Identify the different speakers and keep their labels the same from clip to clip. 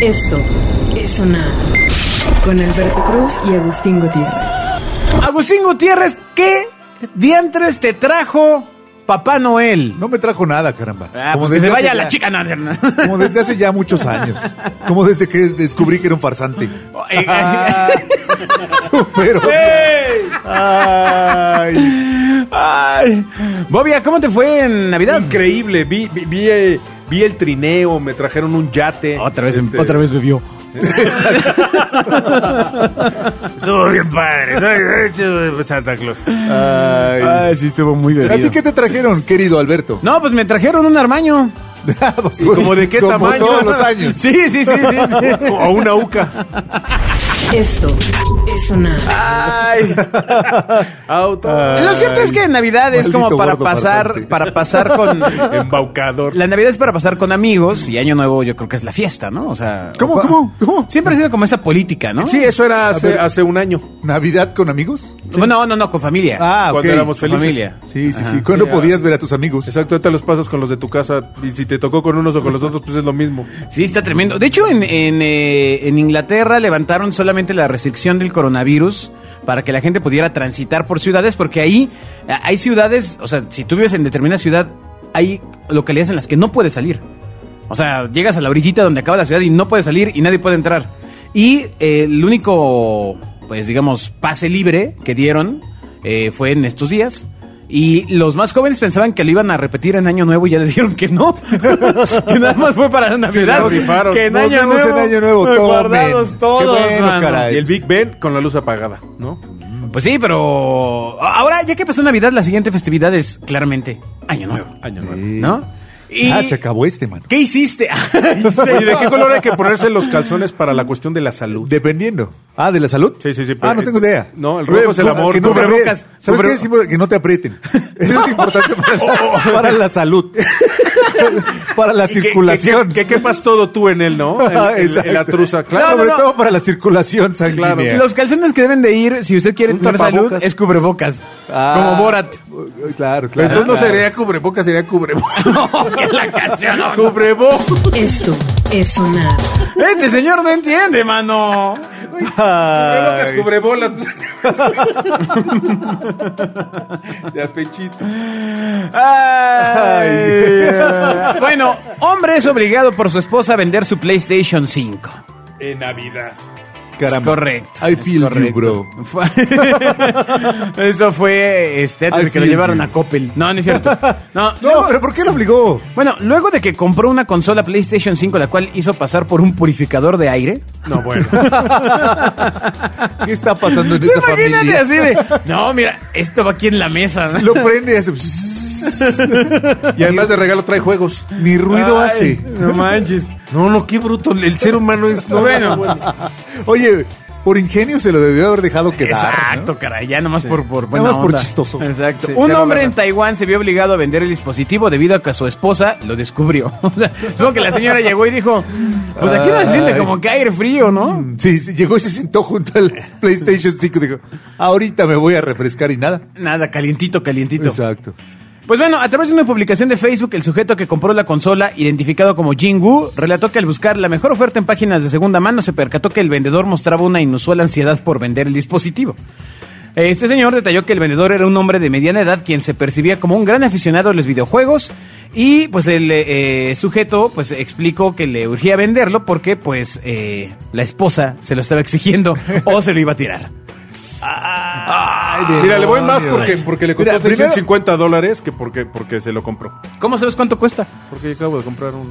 Speaker 1: Esto es sonar con Alberto Cruz y Agustín Gutiérrez.
Speaker 2: Agustín Gutiérrez, ¿qué diantres te trajo Papá Noel?
Speaker 3: No me trajo nada, caramba.
Speaker 2: Ah, pues que se
Speaker 3: desde hace
Speaker 2: vaya la
Speaker 3: ya-
Speaker 2: chica. No, no, no.
Speaker 3: Como desde hace ya muchos años. Como desde que descubrí que era un farsante.
Speaker 2: Eh,
Speaker 3: Pero.
Speaker 2: eh,
Speaker 3: Ay.
Speaker 2: Ay. Bobia, ¿cómo te fue en Navidad?
Speaker 4: Increíble, vi, vi, vi, eh, vi el trineo, me trajeron un yate.
Speaker 2: Otra vez,
Speaker 4: Este,
Speaker 2: otra vez bebió.
Speaker 4: Estuvo bien padre, ¿no? De hecho, Santa Claus.
Speaker 3: Ay.
Speaker 2: Ay, sí, estuvo muy
Speaker 3: ¿A ti
Speaker 2: bebido.
Speaker 3: qué te trajeron, querido Alberto?
Speaker 2: No, pues me trajeron un armaño.
Speaker 3: Pues,
Speaker 4: ¿Y como de qué
Speaker 3: como
Speaker 4: tamaño?
Speaker 3: todos los años.
Speaker 2: Sí, sí, sí, sí. sí.
Speaker 4: O una uca.
Speaker 1: Esto es sonar
Speaker 2: Ay.
Speaker 4: Auto.
Speaker 2: Lo cierto es que Navidad es
Speaker 3: Maldito
Speaker 2: como para
Speaker 3: gordo
Speaker 2: pasar,
Speaker 3: farsante.
Speaker 2: para pasar con...
Speaker 4: Embaucador.
Speaker 2: La Navidad es para pasar con amigos y Año Nuevo yo creo que es la fiesta, ¿no? O sea...
Speaker 3: ¿Cómo,
Speaker 2: o-
Speaker 3: cómo, cómo?
Speaker 2: Siempre ha sido como esa política, ¿no?
Speaker 4: Sí, eso era hace,
Speaker 3: ver.
Speaker 4: hace un año.
Speaker 3: ¿Navidad con amigos?
Speaker 2: Bueno, No, no, no, con familia.
Speaker 3: Ah,
Speaker 4: Cuando
Speaker 3: ok.
Speaker 4: éramos
Speaker 2: con
Speaker 4: felices.
Speaker 2: familia.
Speaker 3: Sí, sí, sí. ¿Cuándo
Speaker 4: Sí,
Speaker 2: ah.
Speaker 3: podías ver a tus amigos?
Speaker 4: Exacto, ahorita los pasas con los de tu casa. Y si te tocó con unos o con los otros, pues es lo mismo.
Speaker 2: Sí, está tremendo. De hecho, en, en, eh, en Inglaterra levantaron solamente la restricción del coronavirus para que la gente pudiera transitar por ciudades, porque ahí eh, hay ciudades, o sea, si tú vives en determinada ciudad, hay localidades en las que no puedes salir. O sea, llegas a la orillita donde acaba la ciudad y no puedes salir y nadie puede entrar. Y eh, el único, pues digamos, pase libre que dieron eh, fue en estos días. Y los más jóvenes pensaban que lo iban a repetir en Año Nuevo y ya les dijeron que no. que nada más fue para Navidad.
Speaker 4: la rifaron.
Speaker 2: Que en
Speaker 3: Nos
Speaker 2: Año
Speaker 3: vemos
Speaker 2: Nuevo.
Speaker 3: en Año Nuevo, tomen.
Speaker 2: Pues guardados
Speaker 3: Qué
Speaker 2: todos.
Speaker 3: bueno,
Speaker 2: mano.
Speaker 3: caray.
Speaker 4: Y el Big Ben con la luz apagada, ¿no?
Speaker 2: Pues sí, pero ahora ya que pasó Navidad, la siguiente festividad es claramente Año Nuevo.
Speaker 4: Año nuevo.
Speaker 3: Sí.
Speaker 2: ¿No? Y-
Speaker 3: Ah, se acabó este, mano.
Speaker 2: ¿Qué hiciste?
Speaker 4: ¿Y de qué color hay que ponerse los calzones para la cuestión de la salud?
Speaker 3: Dependiendo. Ah, ¿de la salud?
Speaker 4: Sí, sí, sí, pero
Speaker 3: Ah, no
Speaker 4: es-
Speaker 3: tengo idea.
Speaker 4: no, el rojo es el
Speaker 3: cu-
Speaker 4: amor,
Speaker 3: Que no te
Speaker 2: cubrebocas,
Speaker 3: aprietes. ¿Sabes qué
Speaker 2: cubre-
Speaker 3: decimos? Que no te aprieten. Eso es importante
Speaker 4: Oh,
Speaker 3: para, para la salud. para la
Speaker 4: Y que-
Speaker 3: circulación.
Speaker 4: Que, que, que quepas todo tú en él, ¿no? En,
Speaker 3: Ah,
Speaker 4: en- en la
Speaker 3: exacto.
Speaker 4: truza.
Speaker 2: No,
Speaker 4: Claro,
Speaker 2: no,
Speaker 3: Sobre
Speaker 2: no.
Speaker 3: todo para la circulación sanguínea.
Speaker 4: Claro.
Speaker 2: Los calzones que deben de ir, si usted quiere
Speaker 4: Un
Speaker 2: tener salud,
Speaker 4: tapabocas.
Speaker 2: es cubrebocas.
Speaker 3: Ah.
Speaker 2: Como Borat.
Speaker 3: Claro, claro.
Speaker 4: Pero entonces no
Speaker 3: claro.
Speaker 4: sería cubrebocas, sería cubrebocas.
Speaker 3: Oh,
Speaker 2: que la canción. no.
Speaker 4: cubrebocas.
Speaker 1: Esto es sonar
Speaker 2: Este señor no entiende, mano.
Speaker 4: Cubrebocas,
Speaker 3: Ay,
Speaker 4: cubrebolas. ya pechito.
Speaker 2: Ay. bueno, hombre es obligado por su esposa a vender su PlayStation 5.
Speaker 4: En Navidad.
Speaker 2: Es
Speaker 3: caramba.
Speaker 2: correcto.
Speaker 3: I
Speaker 2: es
Speaker 3: feel you,
Speaker 2: correcto.
Speaker 3: bro.
Speaker 2: Fue- Eso fue este, antes
Speaker 3: I
Speaker 2: de que lo
Speaker 3: feel
Speaker 2: llevaron
Speaker 3: you.
Speaker 2: a Coppel. No, no es cierto. No,
Speaker 3: No, pero ¿por qué lo obligó?
Speaker 2: Bueno, luego de que compró una consola PlayStation 5, la cual hizo pasar por un purificador de aire.
Speaker 4: No, bueno.
Speaker 3: ¿Qué está pasando en esa
Speaker 2: Imagínate
Speaker 3: familia?
Speaker 2: así de. No, mira, esto va aquí en la mesa.
Speaker 3: Lo prende y hace...
Speaker 4: Y además de regalo trae juegos.
Speaker 3: Ni ruido
Speaker 2: Ay,
Speaker 3: hace.
Speaker 2: No manches.
Speaker 4: No, no, qué bruto. El ser humano es. No,
Speaker 2: Bueno.
Speaker 3: Oye, por ingenio se lo debió haber dejado quedar.
Speaker 2: Exacto, caray, ya nomás por, por
Speaker 3: Nada
Speaker 2: buena
Speaker 3: más por
Speaker 2: onda.
Speaker 3: chistoso.
Speaker 2: Exacto.
Speaker 4: Sí,
Speaker 2: Un
Speaker 4: ya no
Speaker 2: hombre en
Speaker 4: ganas.
Speaker 2: Taiwán se vio obligado a vender el dispositivo debido a que su esposa lo descubrió. O sea, Supongo que la señora llegó y dijo, pues aquí no se siente
Speaker 3: Ay.
Speaker 2: como que aire frío, ¿no?
Speaker 3: Sí, sí, llegó y se sentó junto al PlayStation 5 y dijo, ahorita me voy a refrescar y nada.
Speaker 2: Nada, calientito, calientito.
Speaker 3: Exacto.
Speaker 2: Pues bueno, a través de una publicación de Facebook, el sujeto que compró la consola, identificado como Jingu, relató que al buscar la mejor oferta en páginas de segunda mano, se percató que el vendedor mostraba una inusual ansiedad por vender el dispositivo. Este señor detalló que el vendedor era un hombre de mediana edad quien se percibía como un gran aficionado a los videojuegos y pues el eh, sujeto pues explicó que le urgía venderlo porque pues eh, la esposa se lo estaba exigiendo o se lo iba a tirar.
Speaker 4: Mira, le voy más
Speaker 3: demonios.
Speaker 4: porque, porque le costó
Speaker 3: Mira, primero-
Speaker 4: 150 dólares que porque, porque se lo compró.
Speaker 2: ¿Cómo sabes cuánto cuesta?
Speaker 4: Porque yo acabo de comprar un.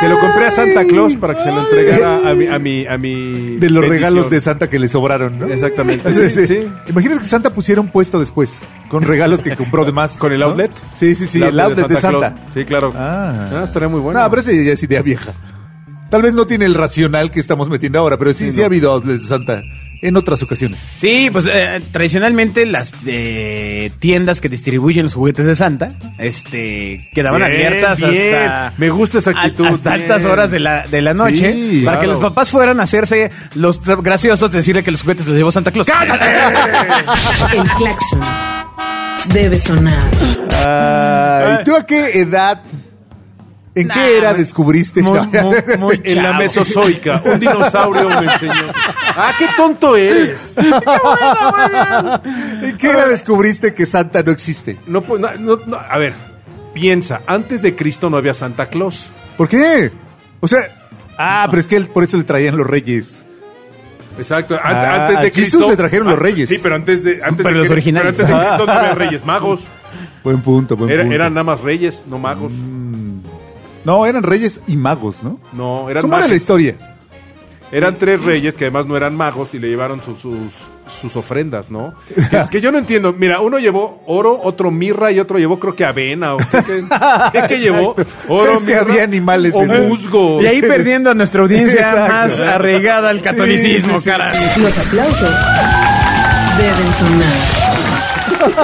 Speaker 4: Se lo compré a Santa Claus para que se lo entregara a mi. A mi, a mi
Speaker 3: De los
Speaker 4: bendición.
Speaker 3: regalos de Santa que le sobraron, ¿no?
Speaker 4: Exactamente.
Speaker 3: Entonces,
Speaker 4: Sí,
Speaker 3: eh,
Speaker 4: sí.
Speaker 3: Imagínate que Santa pusiera un puesto después, con regalos que compró de más.
Speaker 4: ¿Con el
Speaker 3: ¿no?
Speaker 4: outlet?
Speaker 3: Sí, sí, sí, el outlet de Santa.
Speaker 4: Claus. Sí, claro.
Speaker 3: Ah.
Speaker 4: Ah, estaría muy bueno.
Speaker 3: No, pero esa ya es idea vieja. Tal vez no tiene el racional que estamos metiendo ahora, pero sí, sí, ha habido outlet de Santa en otras ocasiones.
Speaker 2: Sí, pues eh, tradicionalmente las eh, tiendas que distribuyen los juguetes de Santa, este, quedaban
Speaker 4: Bien,
Speaker 2: abiertas
Speaker 4: bien.
Speaker 2: hasta
Speaker 4: Me gusta esa actitud,
Speaker 2: al- hasta
Speaker 4: bien.
Speaker 2: altas horas de la de la noche
Speaker 3: Sí,
Speaker 2: para que
Speaker 4: claro.
Speaker 2: los papás fueran a hacerse los tra- graciosos de decirle que los juguetes los llevó Santa Claus.
Speaker 1: El claxon debe sonar
Speaker 3: Ay, ¿Tú a qué edad ¿En
Speaker 2: Nah,
Speaker 3: qué era
Speaker 2: güey.
Speaker 3: descubriste?
Speaker 2: Muy-
Speaker 3: No,
Speaker 2: muy- muy
Speaker 4: En la
Speaker 2: chavo.
Speaker 4: mesozoica, un dinosaurio me enseñó. ¡Ah, qué tonto eres!
Speaker 3: ¿En qué era descubriste que Santa no existe?
Speaker 4: No, pu- no, no, no, a ver, piensa, antes de Cristo no había Santa Claus.
Speaker 3: ¿Por qué? O sea, ah, pero es que él- por eso le traían los reyes.
Speaker 4: Exacto, an-
Speaker 3: Ah,
Speaker 4: antes de
Speaker 3: a Jesús
Speaker 4: Cristo.
Speaker 3: le trajeron los
Speaker 4: Ah,
Speaker 3: reyes.
Speaker 4: Sí, pero antes de. Antes
Speaker 2: Pero
Speaker 4: de
Speaker 2: los
Speaker 4: Cri-
Speaker 2: originales.
Speaker 4: pero antes de Cristo no había reyes magos.
Speaker 3: Buen punto, Mm. buen
Speaker 4: Era-
Speaker 3: punto.
Speaker 4: eran nada más reyes, no magos.
Speaker 3: No, eran reyes y magos, ¿no?
Speaker 4: No, eran
Speaker 3: ¿Cómo era la
Speaker 4: magos.
Speaker 3: historia?
Speaker 4: Eran tres reyes que además no eran magos y le llevaron sus, sus, sus ofrendas, ¿no? Que, que yo no entiendo. Mira, uno llevó oro, otro mirra y otro llevó creo que avena. O qué, qué- qué- qué llevó? Oro,
Speaker 3: Es que había animales
Speaker 4: o
Speaker 3: en el-
Speaker 4: musgo.
Speaker 2: Y ahí perdiendo a nuestra audiencia
Speaker 3: Exacto.
Speaker 2: más arraigada al catolicismo,
Speaker 3: Sí, sí, sí.
Speaker 2: carajo.
Speaker 1: Los aplausos deben sonar.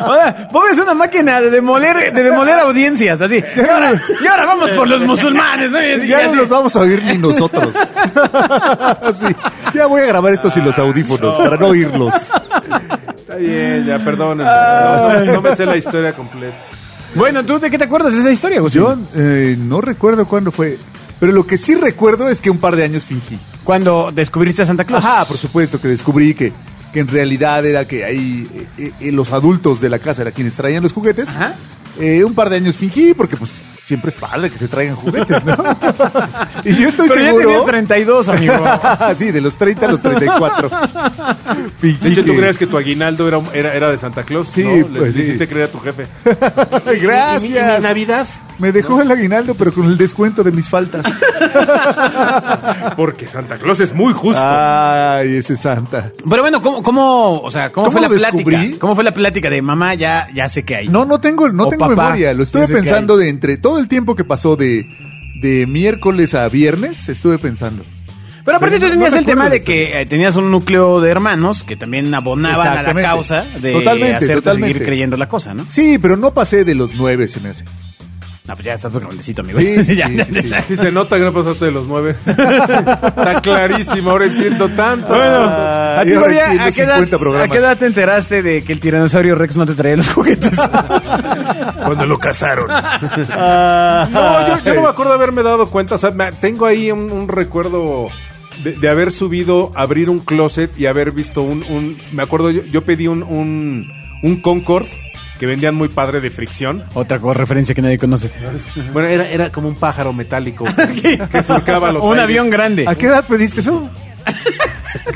Speaker 2: Ahora, Bob es una máquina de demoler, de demoler audiencias, así. Y ahora, y ahora vamos por los musulmanes, ¿no? Y así, y
Speaker 3: Ya no
Speaker 2: así.
Speaker 3: los vamos a oír ni nosotros. Sí, ya voy a grabar esto sin los audífonos para no oírlos.
Speaker 4: Está bien, ya, perdonen. No, no me sé la historia completa.
Speaker 2: Bueno, ¿tú de qué te acuerdas de esa historia, Agustín?
Speaker 3: Yo eh, no recuerdo cuándo fue, pero lo que sí recuerdo es que un par de años fingí.
Speaker 2: Cuando descubriste a Santa Claus.
Speaker 3: Ajá, por supuesto que descubrí que, que en realidad era que ahí eh, eh, los adultos de la casa eran quienes traían los juguetes.
Speaker 2: Ajá.
Speaker 3: Eh, un par de años fingí porque pues siempre es padre que te traigan juguetes, ¿no? y yo estoy
Speaker 2: Pero ya tenías
Speaker 3: seguro...
Speaker 2: 32, amigo.
Speaker 3: sí, de los 30 a los 34. Fingí
Speaker 4: De hecho, ¿tú crees que tu aguinaldo era, era, era de Santa Claus?
Speaker 3: Sí,
Speaker 4: ¿no? Le-
Speaker 3: pues, sí.
Speaker 4: le hiciste creer a tu jefe.
Speaker 3: Gracias.
Speaker 2: Navidad?
Speaker 3: Me dejó el aguinaldo, pero con el descuento de mis faltas.
Speaker 4: Porque Santa Claus es muy justo.
Speaker 3: Ah. Ay, ese santa.
Speaker 2: Pero bueno, ¿cómo, cómo, o sea, ¿cómo,
Speaker 3: ¿Cómo
Speaker 2: fue la
Speaker 3: lo descubrí?
Speaker 2: plática? ¿Cómo fue la plática de mamá? Ya, ya sé que hay.
Speaker 3: No, no tengo, no
Speaker 2: O
Speaker 3: tengo
Speaker 2: papá,
Speaker 3: memoria. Lo estuve
Speaker 2: desde que
Speaker 3: pensando de entre todo el tiempo que pasó de, de miércoles a viernes, estuve pensando.
Speaker 2: Pero aparte
Speaker 3: Pero
Speaker 2: tú
Speaker 3: no- no
Speaker 2: tenías el
Speaker 3: recuerdo
Speaker 2: tema de
Speaker 3: la
Speaker 2: que eh, tenías un núcleo de hermanos que también abonaban a la
Speaker 3: Exactamente.
Speaker 2: causa de
Speaker 3: Totalmente,
Speaker 2: hacerte
Speaker 3: totalmente.
Speaker 2: seguir creyendo la cosa, ¿no?
Speaker 3: Sí, pero no pasé de los nueve, se me hace.
Speaker 2: No, pues ya estás muy grandecito, amigo.
Speaker 3: Sí, sí,
Speaker 2: Ya,
Speaker 3: sí,
Speaker 2: ya,
Speaker 3: sí, sí.
Speaker 2: ya.
Speaker 4: Sí se nota que no pasaste de los nueve. Está clarísimo, ahora entiendo tanto.
Speaker 3: Ah,
Speaker 2: ¿A ti,
Speaker 3: y ahora
Speaker 2: Gloria,
Speaker 3: entiendo
Speaker 2: ¿a qué, edad,
Speaker 3: 50 programas.
Speaker 2: a qué edad te enteraste de que el tiranosaurio Rex no te traía los juguetes?
Speaker 4: Cuando lo casaron. No, yo, yo no me acuerdo haberme dado cuenta. O sea, me- tengo ahí un, un recuerdo de, de haber subido, abrir un closet y haber visto un. un- me acuerdo, yo, yo pedí un, un, un Concord que vendían muy padre de fricción.
Speaker 2: Otra co- referencia que nadie conoce.
Speaker 4: Bueno, era, era como un pájaro metálico que surcaba los.
Speaker 2: un
Speaker 4: aires. Ah,
Speaker 2: avión grande.
Speaker 3: ¿A qué edad pediste eso?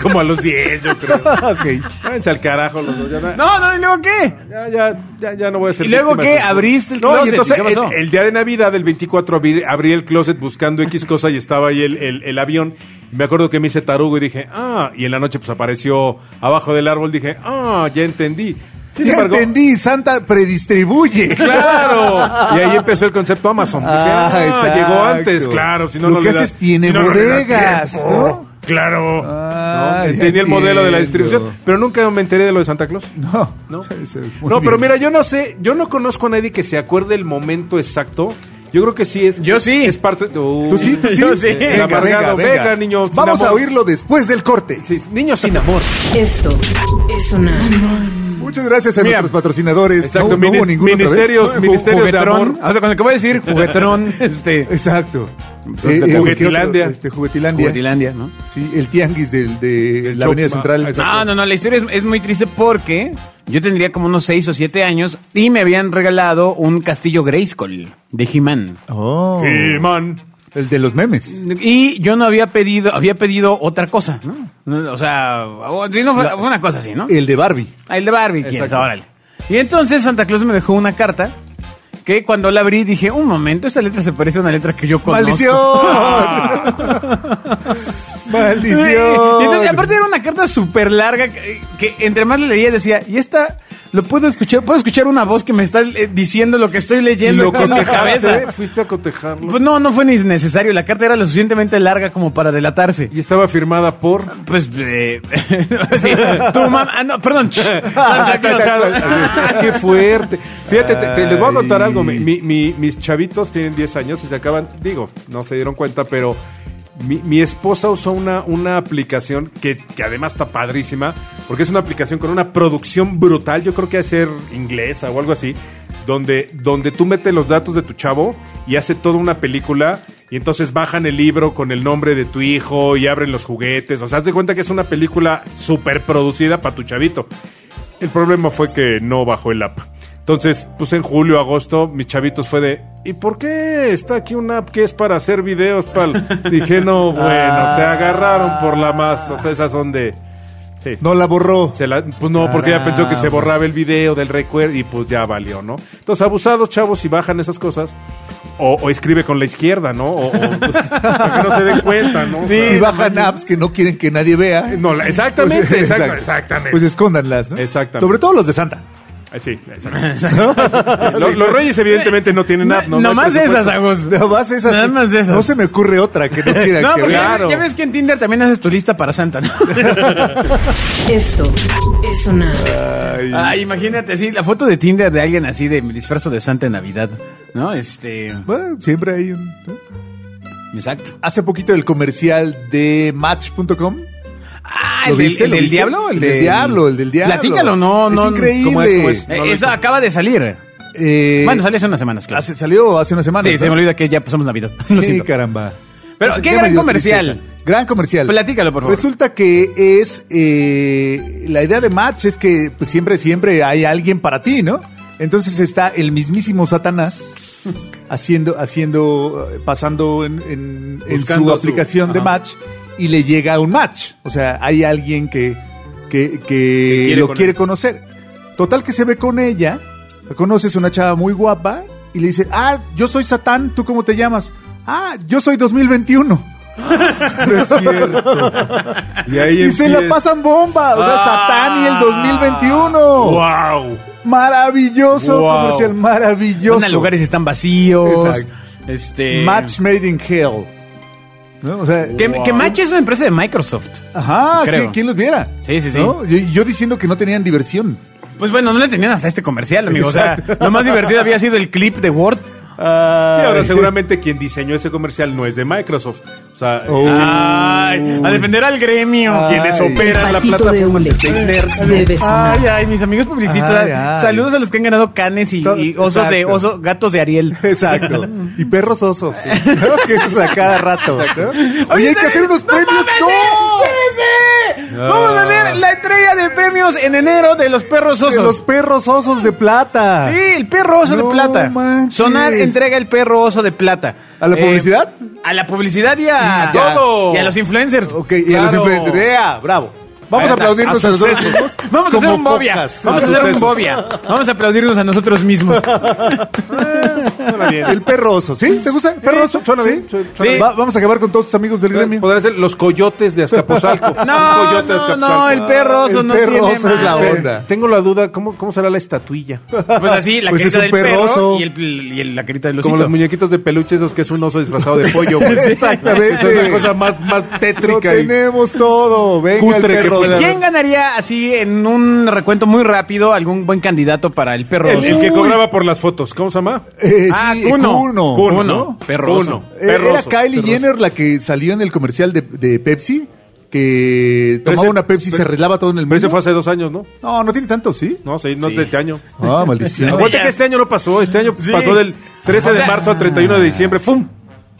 Speaker 4: Como a los 10, yo creo.
Speaker 3: ok.
Speaker 4: Váyanse al carajo los dos. Ya, no-
Speaker 2: No, no, ¿y luego qué?
Speaker 4: ya, ya, ya, ya no voy a ser
Speaker 2: ¿Y luego
Speaker 4: víctima de
Speaker 2: qué?
Speaker 4: sus-
Speaker 2: ¿Abriste el
Speaker 4: No, y
Speaker 2: closet?
Speaker 4: entonces,
Speaker 2: ¿Y qué pasó?
Speaker 4: es- el día de Navidad, el 24, abrí, abrí el closet buscando X cosa y estaba ahí el, el- el avión. Me acuerdo que me hice tarugo y dije, ah, y en la noche pues apareció abajo del árbol. Dije, ah, ya entendí. Sin
Speaker 3: ya
Speaker 4: embargo,
Speaker 3: entendí, Santa predistribuye.
Speaker 4: ¡Claro! Y ahí empezó el concepto Amazon. Dije,
Speaker 3: Ah,
Speaker 4: ah,
Speaker 3: exacto.
Speaker 4: llegó antes, claro. Si no,
Speaker 3: Lo
Speaker 4: no
Speaker 3: que
Speaker 4: le da-
Speaker 3: haces tiene
Speaker 4: si no, no le da
Speaker 3: bodegas,
Speaker 4: tiempo.
Speaker 3: ¿no?
Speaker 4: Claro.
Speaker 3: Ah,
Speaker 4: ¿no?
Speaker 3: ya
Speaker 4: Tenía el modelo de la
Speaker 3: entiendo.
Speaker 4: distribución, pero nunca me enteré de lo de Santa Claus.
Speaker 3: No,
Speaker 4: ¿no?
Speaker 3: Ese es muy
Speaker 4: No, pero
Speaker 3: bien.
Speaker 4: mira, yo no sé, yo no conozco a nadie que se acuerde el momento exacto. Yo creo que sí es.
Speaker 2: Yo sí.
Speaker 4: Es parte. Uh,
Speaker 3: Tú sí, tú sí.
Speaker 2: Yo sí.
Speaker 4: El
Speaker 3: Venga, venga,
Speaker 4: amargado.
Speaker 3: venga.
Speaker 4: Venga, niño sin
Speaker 3: Vamos a
Speaker 4: amor.
Speaker 3: oírlo después del corte.
Speaker 4: Sí, niño sin amor.
Speaker 1: Esto es sonar.
Speaker 3: Muchas gracias a
Speaker 2: Mira.
Speaker 3: nuestros patrocinadores.
Speaker 4: Exacto,
Speaker 3: no, no hubo
Speaker 4: minis-
Speaker 3: ninguno otra vez.
Speaker 4: ministerios,
Speaker 3: Ju-
Speaker 4: ministerios de amor.
Speaker 2: Juguetrón. O sea, con lo que voy a decir, juguetrón, este.
Speaker 3: Exacto.
Speaker 2: Eh,
Speaker 3: ¿qué otro?
Speaker 4: Juguetilandia.
Speaker 3: Este, Juguetilandia.
Speaker 2: Juguetilandia, ¿no?
Speaker 3: Sí, el tianguis del, de la
Speaker 4: Chop-
Speaker 3: Avenida
Speaker 4: ah,
Speaker 3: Central.
Speaker 4: exacto.
Speaker 2: No, no, no, la historia es, es muy triste porque yo tendría como unos 6 o 7 años y me habían regalado un castillo Grayskull de He-Man.
Speaker 3: Oh.
Speaker 4: Sí, man.
Speaker 3: El de los memes.
Speaker 2: Y yo no había pedido, había pedido otra cosa, ¿no? No, O sea, o- si no fue, fue una cosa así, ¿no?
Speaker 3: El de Barbie.
Speaker 2: Ah, El de Barbie, ¿quién?
Speaker 4: Exacto.
Speaker 2: Órale. Y entonces Santa Claus me dejó una carta que cuando la abrí dije, un momento, esta letra se parece a una letra que yo conozco.
Speaker 3: ¡Maldición!
Speaker 2: Sí.
Speaker 3: ¡Maldición!
Speaker 2: Y entonces, y aparte era una carta súper larga que, que entre más le leía decía, y esta lo puedo escuchar, puedo escuchar una voz que me está eh, diciendo lo que estoy leyendo
Speaker 4: Lo
Speaker 2: aquí en mi cabeza.
Speaker 4: cotejaste. Fuiste a cotejarlo.
Speaker 2: Pues no, no fue ni necesario, la carta era lo suficientemente larga como para delatarse.
Speaker 4: Y estaba firmada por.
Speaker 2: Pues, eh, sí, tu mamá, ah, no, perdón. Santa Claus.
Speaker 4: Ah, ¡Qué fuerte! Fíjate, te, te- les voy a contar
Speaker 3: Ay.
Speaker 4: algo. Mi- mi- mi- mis chavitos tienen 10 años y se acaban, digo, no se dieron cuenta, pero mi, mi esposa usó una, una aplicación que, que además está padrísima, porque es una aplicación con una producción brutal, yo creo que ha de ser inglesa o algo así, donde, donde tú metes los datos de tu chavo y hace toda una película y entonces bajan el libro con el nombre de tu hijo y abren los juguetes. O sea, haz de cuenta que es una película súper producida para tu chavito. El problema fue que no bajó el app. Entonces, pues en julio, agosto, mis chavitos fue de, ¿y por qué está aquí una app que es para hacer videos? Pal? Dije, no, bueno, te
Speaker 3: Ah.
Speaker 4: agarraron por la más. O sea, esas son de... Sí.
Speaker 3: No la borró.
Speaker 4: Se la- pues no, porque ya pensó que se borraba el video del recuerdo y pues ya valió, ¿no? Entonces, abusados, chavos, si bajan esas cosas. O, o escribe con la izquierda, ¿no? O, o, pues, para que no se den cuenta, ¿no? O sea,
Speaker 3: si bajan apps que no quieren que nadie vea.
Speaker 4: No, la- exactamente,
Speaker 3: Pues,
Speaker 4: exacto,
Speaker 3: exacto.
Speaker 4: exactamente.
Speaker 3: Pues escóndanlas, ¿no?
Speaker 4: Exactamente.
Speaker 3: Sobre todo los de Santa.
Speaker 4: eh, sí, exacto. Lo- los reyes, evidentemente, no tienen app, ¿no? No hay
Speaker 2: Nomás
Speaker 4: presupuesto.
Speaker 2: esas, Agus.
Speaker 3: Nada más esas.
Speaker 2: Nada más esas.
Speaker 3: No se me ocurre otra que no quieran
Speaker 2: No,
Speaker 3: que
Speaker 2: porque
Speaker 3: vean.
Speaker 2: ya-
Speaker 4: Claro.
Speaker 2: ya ves que en Tinder también haces tu lista para Santa, ¿no?
Speaker 1: Esto es sonar.
Speaker 2: Ah, imagínate, sí, la foto de Tinder de alguien así de me disfrazo de Santa en Navidad, ¿no? Este,
Speaker 3: Bueno, siempre hay un. ¿no?
Speaker 2: exacto.
Speaker 3: Hace poquito el comercial de Match.com.
Speaker 2: Ah,
Speaker 3: ¿Lo viste? ¿Lo viste? El del diablo, el del diablo.
Speaker 2: Platícalo, no,
Speaker 3: Es
Speaker 2: no.
Speaker 3: increíble.
Speaker 2: ¿Cómo es? ¿Cómo es?
Speaker 3: No
Speaker 2: Eh,
Speaker 3: lo
Speaker 2: eso acaba de salir.
Speaker 3: Eh,
Speaker 2: bueno, salió hace unas semanas, claro.
Speaker 3: hace- salió hace una semana.
Speaker 2: sí, se me olvida que ya pasamos Navidad. Lo
Speaker 3: Sí,
Speaker 2: siento.
Speaker 3: caramba.
Speaker 2: Pero,
Speaker 3: Ese
Speaker 2: ¿qué
Speaker 3: tema
Speaker 2: gran
Speaker 3: dio
Speaker 2: comercial?
Speaker 3: tristeza. Gran comercial.
Speaker 2: Platícalo, por favor.
Speaker 3: Resulta que es. eh, la idea de Match es que pues, siempre, siempre hay alguien para ti, ¿no? Entonces está el mismísimo Satanás haciendo, haciendo, eh, pasando en, en- en
Speaker 4: Buscando
Speaker 3: su
Speaker 4: su-
Speaker 3: aplicación de
Speaker 4: ajá.
Speaker 3: Match y le llega un match. O sea, hay alguien que, que, que
Speaker 4: quiere
Speaker 3: lo
Speaker 4: con
Speaker 3: quiere
Speaker 4: él.
Speaker 3: conocer. Total que se ve con ella, la conoces una chava muy guapa y le dice, ah, yo soy Satán, ¿tú cómo te llamas? Ah, yo soy 2021.
Speaker 4: No es cierto. Y ahí Ah.
Speaker 3: Y se la
Speaker 4: empieza-
Speaker 3: pasan bomba. O sea, Satán y el 2021.
Speaker 4: ¡Wow!
Speaker 3: Maravilloso
Speaker 4: Wow.
Speaker 3: comercial, maravilloso.
Speaker 2: Van a lugares que están vacíos.
Speaker 3: Exacto.
Speaker 2: Este.
Speaker 3: Match made in hell. ¿No? O sea,
Speaker 2: Que,
Speaker 4: Wow.
Speaker 2: que Match es una empresa de Microsoft.
Speaker 3: ajá,
Speaker 2: Creo.
Speaker 3: ¿quién, quién los viera?
Speaker 2: Sí, sí, sí.
Speaker 3: ¿No? Yo, yo diciendo que no tenían diversión.
Speaker 2: Pues bueno, no le tenían hasta este comercial, amigo. O sea, lo más divertido había sido el clip de Word. Ah,
Speaker 4: Sí, ahora seguramente quien diseñó ese comercial no es de Microsoft. O sea,
Speaker 3: Oh.
Speaker 4: quien-
Speaker 2: Ay, a defender al gremio.
Speaker 3: Ay.
Speaker 4: quienes operan la
Speaker 1: Patito de
Speaker 4: plataforma
Speaker 1: hule.
Speaker 4: de Nerds.
Speaker 1: Debe sonar.
Speaker 2: Ay, ay, mis amigos publicistas.
Speaker 3: Ay, ay.
Speaker 2: Saludos a los que han ganado canes y, y osos de
Speaker 3: Exacto.
Speaker 2: oso, gatos de Ariel.
Speaker 3: Exacto. Y perros osos. ¿no? Que eso es a cada rato. ¿no? Oye, hay que hacer unos
Speaker 2: ¡No
Speaker 3: premios.
Speaker 2: mames,
Speaker 3: ¡No!
Speaker 2: sí, sí, sí!
Speaker 3: Ah.
Speaker 2: Vamos a hacer la entrega de premios en enero de los perros
Speaker 3: De
Speaker 2: osos.
Speaker 3: Los perros osos de plata.
Speaker 2: Sí, el perro oso
Speaker 3: No
Speaker 2: de plata.
Speaker 3: manches.
Speaker 2: Sonar entrega el perro oso de plata. Eh,
Speaker 3: ¿A la publicidad?
Speaker 2: A la publicidad y a,
Speaker 4: Y a todo.
Speaker 2: y a los influencers.
Speaker 3: Ok, y a los
Speaker 4: Claro.
Speaker 3: influencers. ¡Ea! ¡Bravo! Vamos
Speaker 4: Ahí
Speaker 3: a
Speaker 4: está,
Speaker 3: aplaudirnos
Speaker 4: a
Speaker 3: a nosotros
Speaker 4: sucesos.
Speaker 3: mismos.
Speaker 2: Vamos a hacer
Speaker 3: como
Speaker 2: un bobia.
Speaker 3: focas.
Speaker 2: Vamos a
Speaker 4: Ah,
Speaker 2: hacer un
Speaker 4: sucesos.
Speaker 2: bobia. Vamos a aplaudirnos a nosotros mismos.
Speaker 3: El perro oso, ¿sí? ¿Te gusta? ¿Perro
Speaker 4: Sí,
Speaker 3: oso?
Speaker 4: suena
Speaker 3: ¿Sí?
Speaker 4: bien, su- suena
Speaker 3: Va- vamos a acabar con todos tus amigos del gremio.
Speaker 4: Podrán ser los coyotes de Azcapotzalco.
Speaker 2: No,
Speaker 4: Un coyote de
Speaker 2: no,
Speaker 4: Azcapotzalco.
Speaker 2: no, el perro oso
Speaker 3: El
Speaker 2: no
Speaker 3: perro
Speaker 2: tiene
Speaker 3: oso es la
Speaker 2: madre.
Speaker 3: onda.
Speaker 4: Tengo la duda, ¿cómo, cómo será la estatuilla?
Speaker 2: Pues así, la
Speaker 3: Pues
Speaker 2: carita
Speaker 3: es
Speaker 2: del
Speaker 3: un perro
Speaker 2: perro
Speaker 3: oso.
Speaker 2: y, el, y el- la carita del osito.
Speaker 4: Como los muñequitos de peluche, esos que es un oso disfrazado de pollo. güey.
Speaker 3: Exactamente.
Speaker 4: Es una cosa más, más
Speaker 3: Lo
Speaker 4: tétrica. y-
Speaker 3: tenemos todo. Venga el
Speaker 4: Cutre que
Speaker 3: perro
Speaker 4: pueda
Speaker 3: oso.
Speaker 4: haber.
Speaker 2: ¿Quién ganaría así en un recuento muy rápido algún buen candidato para el perro
Speaker 4: el,
Speaker 2: oso?
Speaker 4: el que cobraba por las fotos. ¿Cómo se llama?
Speaker 3: Eh,
Speaker 2: Ah,
Speaker 3: sí,
Speaker 2: Cuno.
Speaker 3: Cuno.
Speaker 2: Cuno.
Speaker 4: ¿no?
Speaker 2: Perro oso.
Speaker 4: Cuno.
Speaker 3: Eh,
Speaker 4: Perro
Speaker 3: Era
Speaker 4: oso.
Speaker 3: Kylie
Speaker 4: Perro
Speaker 3: Jenner la que salió en el comercial de, de Pepsi, que
Speaker 4: Pero
Speaker 3: tomaba
Speaker 4: ese-
Speaker 3: una Pepsi y se
Speaker 4: pero-
Speaker 3: arreglaba todo en el
Speaker 4: Pero ese
Speaker 3: mundo.
Speaker 4: fue hace dos años, ¿no?
Speaker 3: No, no tiene tanto, ¿sí?
Speaker 4: No, sí, no
Speaker 2: Sí.
Speaker 4: de este año.
Speaker 3: Ah, maldición.
Speaker 2: Oye,
Speaker 4: Acuérdate que este año no pasó. Este año
Speaker 2: Sí.
Speaker 4: pasó del 13
Speaker 2: O sea-
Speaker 4: de marzo al 31 de diciembre. ¡Fum!